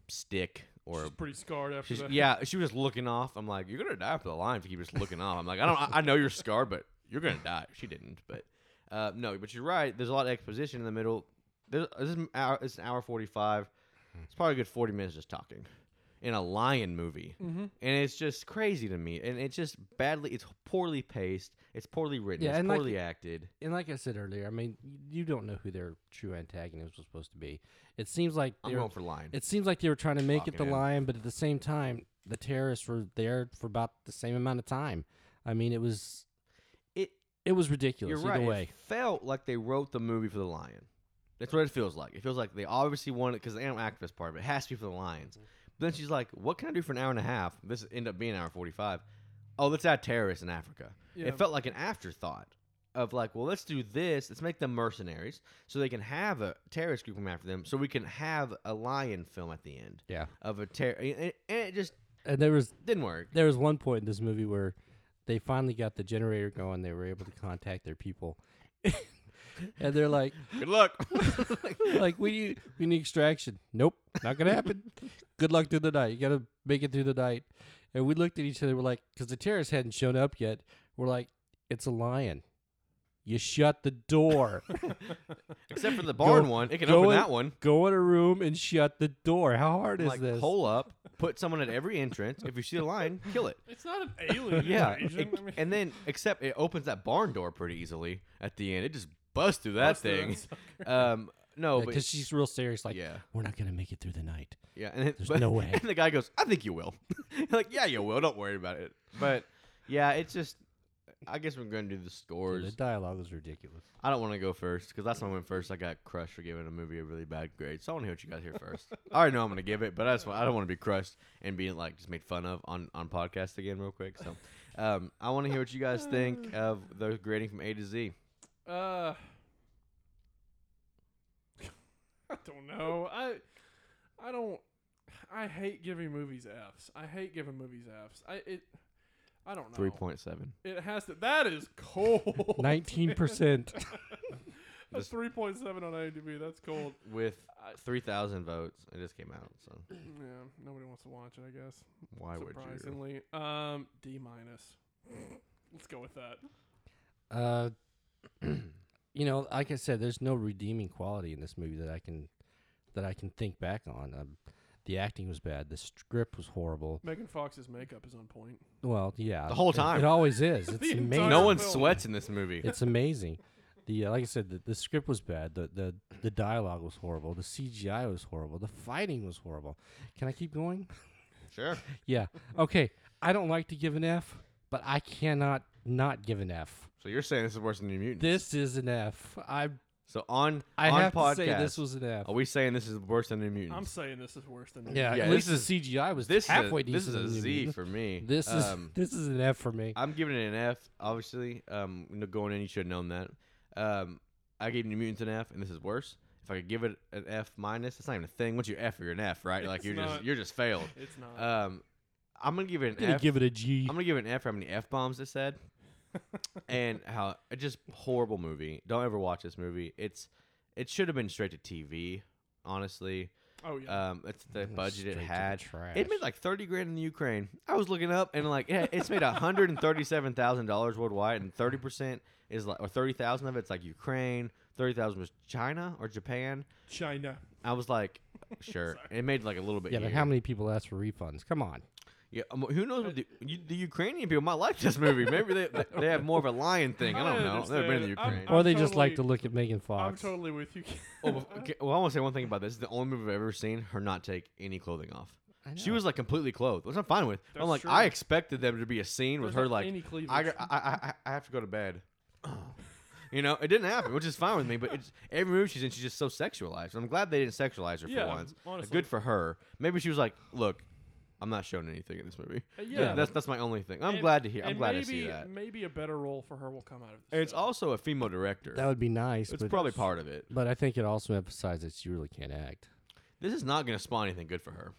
Speaker 1: stick or
Speaker 2: She's pretty scarred after
Speaker 3: (laughs)
Speaker 1: she's, e
Speaker 2: that.
Speaker 1: yeah, she was just looking off. I'm like, you're gonna die for the line if you keep just looking off. I'm like, I don't, I, I know you're scarred, but you're gonna die. She didn't, but uh, no, but you're right. There's a lot of exposition in the middle. There's this is an hour, it's an hour forty five. It's probably a good forty minutes just talking in a lion movie,
Speaker 3: Mm-hmm.
Speaker 1: and it's just crazy to me. And it's just badly, it's poorly paced, it's poorly written,
Speaker 3: Yeah,
Speaker 1: it's
Speaker 3: and like-
Speaker 1: poorly acted.
Speaker 3: And like I said earlier, I mean, you don't know who their true antagonist was supposed to be. It seems like
Speaker 1: I'm
Speaker 3: they were-
Speaker 1: going for lion.
Speaker 3: it seems like they were trying to make it the
Speaker 1: Fucking hell.
Speaker 3: lion, but at the same time, the terrorists were there for about the same amount of time. I mean, it was
Speaker 1: It
Speaker 3: it was ridiculous
Speaker 1: You're
Speaker 3: either
Speaker 1: right.
Speaker 3: way.
Speaker 1: It felt like they wrote the movie for the lion. That's what it feels like. It feels like they obviously wanted because the animal activist part of it has to be for the lions. But then she's like, "What can I do for an hour and a half?" This end up being an hour forty-five. Oh, let's add terrorists in Africa.
Speaker 2: Yeah.
Speaker 1: It felt like an afterthought of like, well, let's do this. Let's make them mercenaries so they can have a terrorist group come after them. So we can have a lion film at the end
Speaker 3: Yeah.
Speaker 1: of a terror. And and it just
Speaker 3: And there was
Speaker 1: didn't work.
Speaker 3: there was one point in this movie where they finally got the generator going. They were able to contact their people, (laughs) and they're like,
Speaker 1: Good luck.
Speaker 3: (laughs) like we need we need extraction. Nope, not gonna happen. Good luck through the night. You gotta make it through the night. And we looked at each other. We're like, because the terrorists hadn't shown up yet. We're like, it's a lion. You shut
Speaker 1: (laughs)
Speaker 3: the door.
Speaker 1: Except for the barn
Speaker 3: Go-
Speaker 1: one. It can
Speaker 3: go
Speaker 1: open
Speaker 3: in-
Speaker 1: that one.
Speaker 3: Go in a room and shut the door. How hard is
Speaker 1: like
Speaker 3: this?
Speaker 1: hole up, put someone at every entrance. If you see a lion, kill
Speaker 2: (laughs)
Speaker 1: it. (laughs)
Speaker 2: It's not an alien
Speaker 1: Yeah,
Speaker 2: invasion.
Speaker 1: it-
Speaker 2: I mean,
Speaker 1: and then except it opens that barn door pretty easily at the end. It just busts through that
Speaker 2: Busts through
Speaker 1: thing.
Speaker 2: that
Speaker 1: (laughs) um, no, but
Speaker 3: because she's real serious. Like,
Speaker 1: Yeah.
Speaker 3: we're not gonna make it through the night.
Speaker 1: yeah, and it-
Speaker 3: there's
Speaker 1: but- (laughs)
Speaker 3: no way.
Speaker 1: And the guy goes, "I think you will." (laughs) like, yeah, you will. Don't worry about it. But yeah, it's just. I guess we're gonna do the
Speaker 3: The
Speaker 1: scores.
Speaker 3: dialogue was ridiculous.
Speaker 1: I don't want to go first because last time I went first, I got crushed for giving a movie a really bad grade. So I want to hear what you guys hear first. I already know I'm going to give it, but I just wa- I don't want to be crushed and being like just made fun of on on podcast again real quick. So um, I want to hear what you guys think of the grading from A to Z.
Speaker 2: uh, (laughs) I don't know. I I don't. I hate giving movies Fs. I hate giving movies Fs. I it. I don't know.
Speaker 1: Three point seven.
Speaker 2: It has to. That is cold.
Speaker 1: (laughs)
Speaker 3: Nineteen percent.
Speaker 2: That's (laughs) three point seven on IMDb. That's
Speaker 1: (clears throat)
Speaker 2: cold.
Speaker 1: With Uh, three thousand votes, it just came out. So
Speaker 2: yeah, nobody wants to watch it. I guess.
Speaker 1: why would you?
Speaker 2: Surprisingly, um, D minus. (laughs) Let's go with that.
Speaker 3: Uh, (clears throat) you know, like I said, there's no redeeming quality in this movie that I can that I can think back on. Um, the acting was bad. The script was horrible.
Speaker 2: Megan Fox's makeup is on point.
Speaker 3: Well, yeah,
Speaker 1: The whole
Speaker 3: it-
Speaker 1: time.
Speaker 3: it,
Speaker 1: (laughs)
Speaker 3: always is. It's
Speaker 2: entire
Speaker 3: amazing.
Speaker 1: No
Speaker 2: Iron
Speaker 1: one
Speaker 2: Bill.
Speaker 1: sweats in this movie.
Speaker 3: (laughs) it's amazing. The uh, like I said, the, the script was bad. The, the the dialogue was horrible. The CGI was horrible. The fighting was horrible. Can I
Speaker 1: (laughs)
Speaker 3: keep going?
Speaker 1: Sure.
Speaker 3: yeah. Okay. I don't like to give an F, but I cannot not give an F.
Speaker 1: So you're saying this is worse than New Mutants?
Speaker 3: This is an F. I
Speaker 1: so on
Speaker 3: I
Speaker 1: Mm. on
Speaker 3: have
Speaker 1: podcast,
Speaker 3: to say this was an F.
Speaker 1: Are we saying this is worse than New Mutants?
Speaker 2: I'm saying this is worse than
Speaker 3: Yeah,
Speaker 1: Yeah,
Speaker 3: at
Speaker 1: this
Speaker 3: least the CGI was
Speaker 1: this
Speaker 3: halfway
Speaker 1: is a, this is
Speaker 3: decent.
Speaker 1: a
Speaker 3: in the
Speaker 1: Z
Speaker 3: movie.
Speaker 1: for me.
Speaker 3: This is
Speaker 1: Um,
Speaker 3: (laughs) this is an F for me.
Speaker 1: I'm giving it an F. Obviously, um, you know, going in, you should have known that. Um, I gave New Mutants an F, and this is worse. If I could give it an F minus, it's not even a thing. Once you F, you're an F, right? Like
Speaker 2: It's
Speaker 1: you're
Speaker 2: not.
Speaker 1: just you're just failed.
Speaker 2: It's not.
Speaker 1: Um, I'm gonna give it
Speaker 3: I'm
Speaker 1: an
Speaker 3: gonna
Speaker 1: F.
Speaker 3: give it a G.
Speaker 1: I'm gonna give it an F for how many F bombs it
Speaker 2: (laughs)
Speaker 1: said, and how it just horrible movie. Don't ever watch this movie. It's it should have been straight to TV. Honestly,
Speaker 2: oh yeah.
Speaker 1: um, it's the budget
Speaker 3: straight
Speaker 1: it
Speaker 3: to the
Speaker 1: had.
Speaker 3: trash.
Speaker 1: It made like thirty grand in the Ukraine. I was looking up and like yeah, it's made hundred and thirty-seven thousand dollars worldwide, and thirty percent is like or thirty thousand of it's like Ukraine. Thirty thousand was China or Japan.
Speaker 2: China.
Speaker 1: I was
Speaker 2: (laughs)
Speaker 1: like, sure. it made like a little bit.
Speaker 3: yeah, but
Speaker 1: here.
Speaker 3: how many people asked for refunds? Come on.
Speaker 1: Yeah, um, who knows? What the, you, the Ukrainian people might like this movie. Maybe they they- they have more of a lion thing. I don't know. I've never been in the
Speaker 2: understand. I'm-
Speaker 1: Ukraine.
Speaker 3: or they just like to
Speaker 2: totally-
Speaker 3: look at Megan Fox.
Speaker 2: I'm totally with you. (laughs) Ken.
Speaker 1: Oh, bef- okay, well, I want to say one thing about this. This is the only movie I've ever seen her not take any clothing off. She was like completely clothed, which I'm fine with.
Speaker 2: That's
Speaker 1: I'm like,
Speaker 2: true.
Speaker 1: I expected there to be a scene with
Speaker 2: There's
Speaker 1: her
Speaker 2: not
Speaker 1: like,
Speaker 2: any
Speaker 1: I,
Speaker 2: cleavage.
Speaker 1: got- I, I, I- I have to go to
Speaker 3: (clears throat)
Speaker 1: bed.
Speaker 3: Oh.
Speaker 1: you know, it didn't happen, which is fine with me. But it's, every movie she's in, she's just so sexualized. I'm glad they didn't sexualize her
Speaker 2: Yeah,
Speaker 1: for once.
Speaker 2: honestly.
Speaker 1: Good for her. Maybe she was like, look, I'm not showing anything in this movie.
Speaker 2: Uh, yeah.
Speaker 1: that's that's my only thing. I'm
Speaker 2: And-
Speaker 1: glad to hear. I'm
Speaker 2: and
Speaker 1: glad
Speaker 2: maybe,
Speaker 1: to see that.
Speaker 2: Maybe a better role for her will come out of this.
Speaker 1: And it's
Speaker 2: film.
Speaker 1: also a female director.
Speaker 3: that would be nice.
Speaker 1: it's
Speaker 3: but,
Speaker 1: probably part of it.
Speaker 3: But I think it also emphasizes that you really can't act.
Speaker 1: This is not going to spawn anything good for her.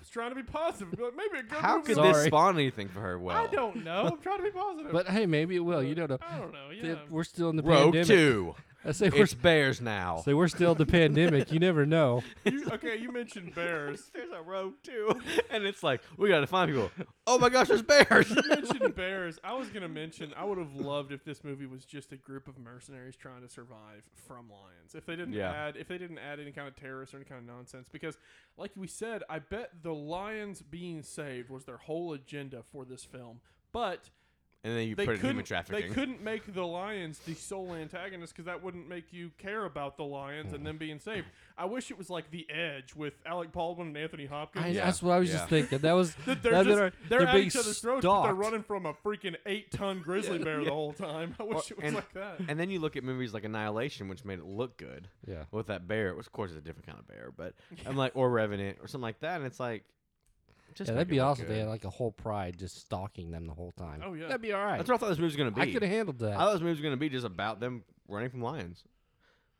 Speaker 2: It's trying to be positive. But maybe a good
Speaker 1: How
Speaker 2: movie
Speaker 1: could
Speaker 2: will-
Speaker 1: this
Speaker 3: Sorry.
Speaker 1: spawn anything for her? Well,
Speaker 2: I
Speaker 1: (laughs)
Speaker 2: don't know. I'm trying to be
Speaker 1: Uh,
Speaker 2: positive.
Speaker 3: But hey, maybe it
Speaker 1: oh,
Speaker 3: will. You don't know.
Speaker 2: I don't know. Yeah.
Speaker 3: Th- We're still in the
Speaker 1: Rogue
Speaker 3: pandemic. (laughs)
Speaker 1: Two.
Speaker 3: I say we're
Speaker 1: It's bears now.
Speaker 3: say we're still in the pandemic. You never know.
Speaker 2: You- okay, you mentioned bears.
Speaker 1: There's a rogue two, and it's like we gotta find people. Oh my gosh, there's bears.
Speaker 2: mentioned bears. I was gonna mention. I would have loved if this movie was just a group of mercenaries trying to survive from lions. If they didn't
Speaker 1: Yeah.
Speaker 2: add, if they didn't add any kind of terrorists or any kind of nonsense, because like we said, I bet the lions being saved was their whole agenda for this film. But
Speaker 1: and then you
Speaker 2: they
Speaker 1: put it in human
Speaker 2: couldn't. They
Speaker 1: trafficking.
Speaker 2: couldn't make the lions the sole antagonist because that wouldn't make you care about the lions and them being saved. I wish it was like The Edge with Alec Baldwin and Anthony Hopkins.
Speaker 3: I, That's what I
Speaker 1: (laughs)
Speaker 3: was
Speaker 1: Yeah.
Speaker 3: just thinking. That was
Speaker 2: That they're
Speaker 3: that'd been
Speaker 2: just
Speaker 3: our-
Speaker 2: they're, at
Speaker 3: being
Speaker 2: each other's throats, but they're
Speaker 3: stalked.
Speaker 2: running from a freaking eight-ton grizzly bear the whole time. (laughs) I wish
Speaker 1: Or-
Speaker 2: it was
Speaker 1: and,
Speaker 2: like that.
Speaker 1: and then you look at movies like Annihilation, which made it look good.
Speaker 3: Yeah.
Speaker 1: With that bear, which of course is a different kind of bear, but I'm like, or Revenant or something like that, and it's like, just
Speaker 3: Yeah,
Speaker 1: make
Speaker 3: that'd
Speaker 1: it
Speaker 3: be
Speaker 1: look
Speaker 3: awesome. if They
Speaker 1: good.
Speaker 3: had like a whole pride just stalking them the whole time.
Speaker 2: Oh, yeah.
Speaker 3: that'd be all right.
Speaker 1: That's what I thought this movie was gonna be.
Speaker 3: I could have handled
Speaker 1: I
Speaker 3: that.
Speaker 1: thought this movie was going to be just about them running from lions.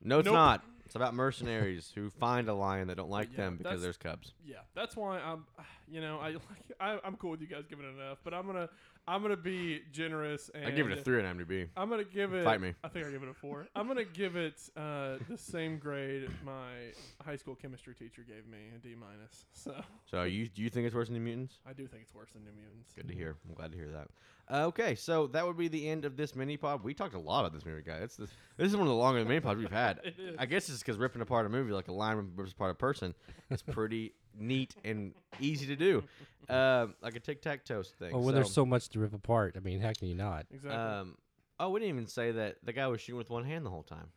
Speaker 1: No, it's
Speaker 2: Nope.
Speaker 1: not. It's about mercenaries who find a lion that don't like
Speaker 2: Yeah,
Speaker 1: them because
Speaker 2: that's-
Speaker 1: there's cubs.
Speaker 2: yeah, that's why I'm, (sighs) you know, I, I I'm cool with you guys giving it enough, but I'm gonna I'm gonna be generous. And
Speaker 1: I give it a three on IMDb.
Speaker 2: I'm gonna give it.
Speaker 1: Fight me.
Speaker 2: I think I give it a four. I'm gonna give it uh, the same grade my high school chemistry teacher gave me, a D minus. So
Speaker 1: So you do you think it's worse than the mutants?
Speaker 2: I do think it's worse than New Mutants.
Speaker 1: Good to hear. I'm glad to hear that. Uh, okay, so that would be the end of this mini pod. We talked a lot about this movie, guys. It's this, this is one of the longer mini pods we've had. I guess it's because ripping apart a movie like a lion rips apart a person is pretty neat and easy to do, Um like a tic tac toe thing.
Speaker 3: Oh, Well, when
Speaker 1: so,
Speaker 3: there's so much to rip apart, I mean, how can you not?
Speaker 2: Exactly.
Speaker 1: um, oh, we didn't even say that the guy was shooting with one hand the whole time.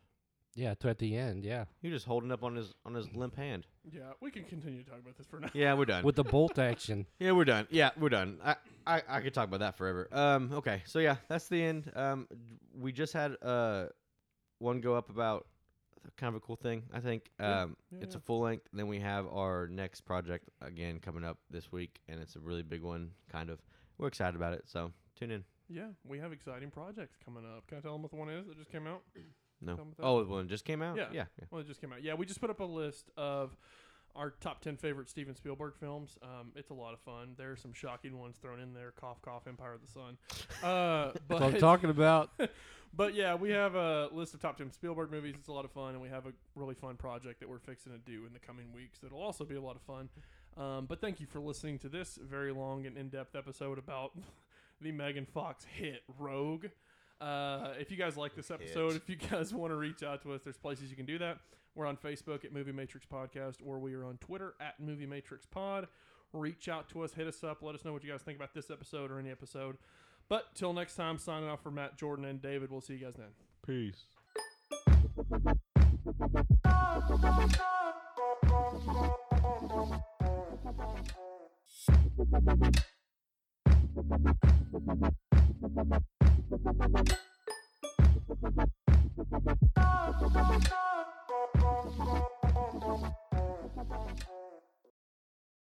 Speaker 3: Yeah, to at the
Speaker 1: (laughs)
Speaker 3: end, yeah,
Speaker 1: He was just holding up on his on his limp hand.
Speaker 2: yeah, we can continue to talk about this for now.
Speaker 1: Yeah, we're done.
Speaker 3: with the
Speaker 1: (laughs)
Speaker 3: bolt action.
Speaker 1: yeah, we're done. Yeah, we're done. I, I I could talk about that forever. Um, okay, so yeah, that's the end. Um, we just had uh one go up about kind of a cool thing. I think um
Speaker 2: yeah,
Speaker 1: it's
Speaker 2: yeah.
Speaker 1: a full length. And then we have our next project again coming up this week, and it's a really big one. Kind of, we're excited about it. So tune in.
Speaker 2: Yeah, we have exciting projects coming up. Can I tell them what the one is that just came out?
Speaker 1: No.
Speaker 2: Done with that?
Speaker 1: Oh, the one that just came out.
Speaker 2: Yeah.
Speaker 1: yeah, yeah.
Speaker 2: Well, it just came out. Yeah, we just put up a list of our top 10 favorite Steven Spielberg films. Um, it's a lot of fun. There are some shocking ones thrown in there. Cough, cough, Empire of the Sun. Uh, but,
Speaker 3: I'm talking about.
Speaker 2: but yeah, we have a list of top 10 Spielberg movies. It's a lot of fun. And we have a really fun project that we're fixing to do in the coming weeks that'll also be a lot of fun. Um, but thank you for listening to this very long and in depth episode about (laughs) the Megan Fox hit Rogue. Uh, if you guys like this episode, if you (laughs) guys want to reach out to us, there's places you can do that. We're on Facebook at Movie Matrix Podcast, or we are on Twitter at Movie Matrix Pod. Reach out to us, hit us up, let us know what you guys think about this episode or any episode. But till next time, signing off for Matt Jordan and David. We'll see you guys then.
Speaker 1: Peace.
Speaker 5: Bye.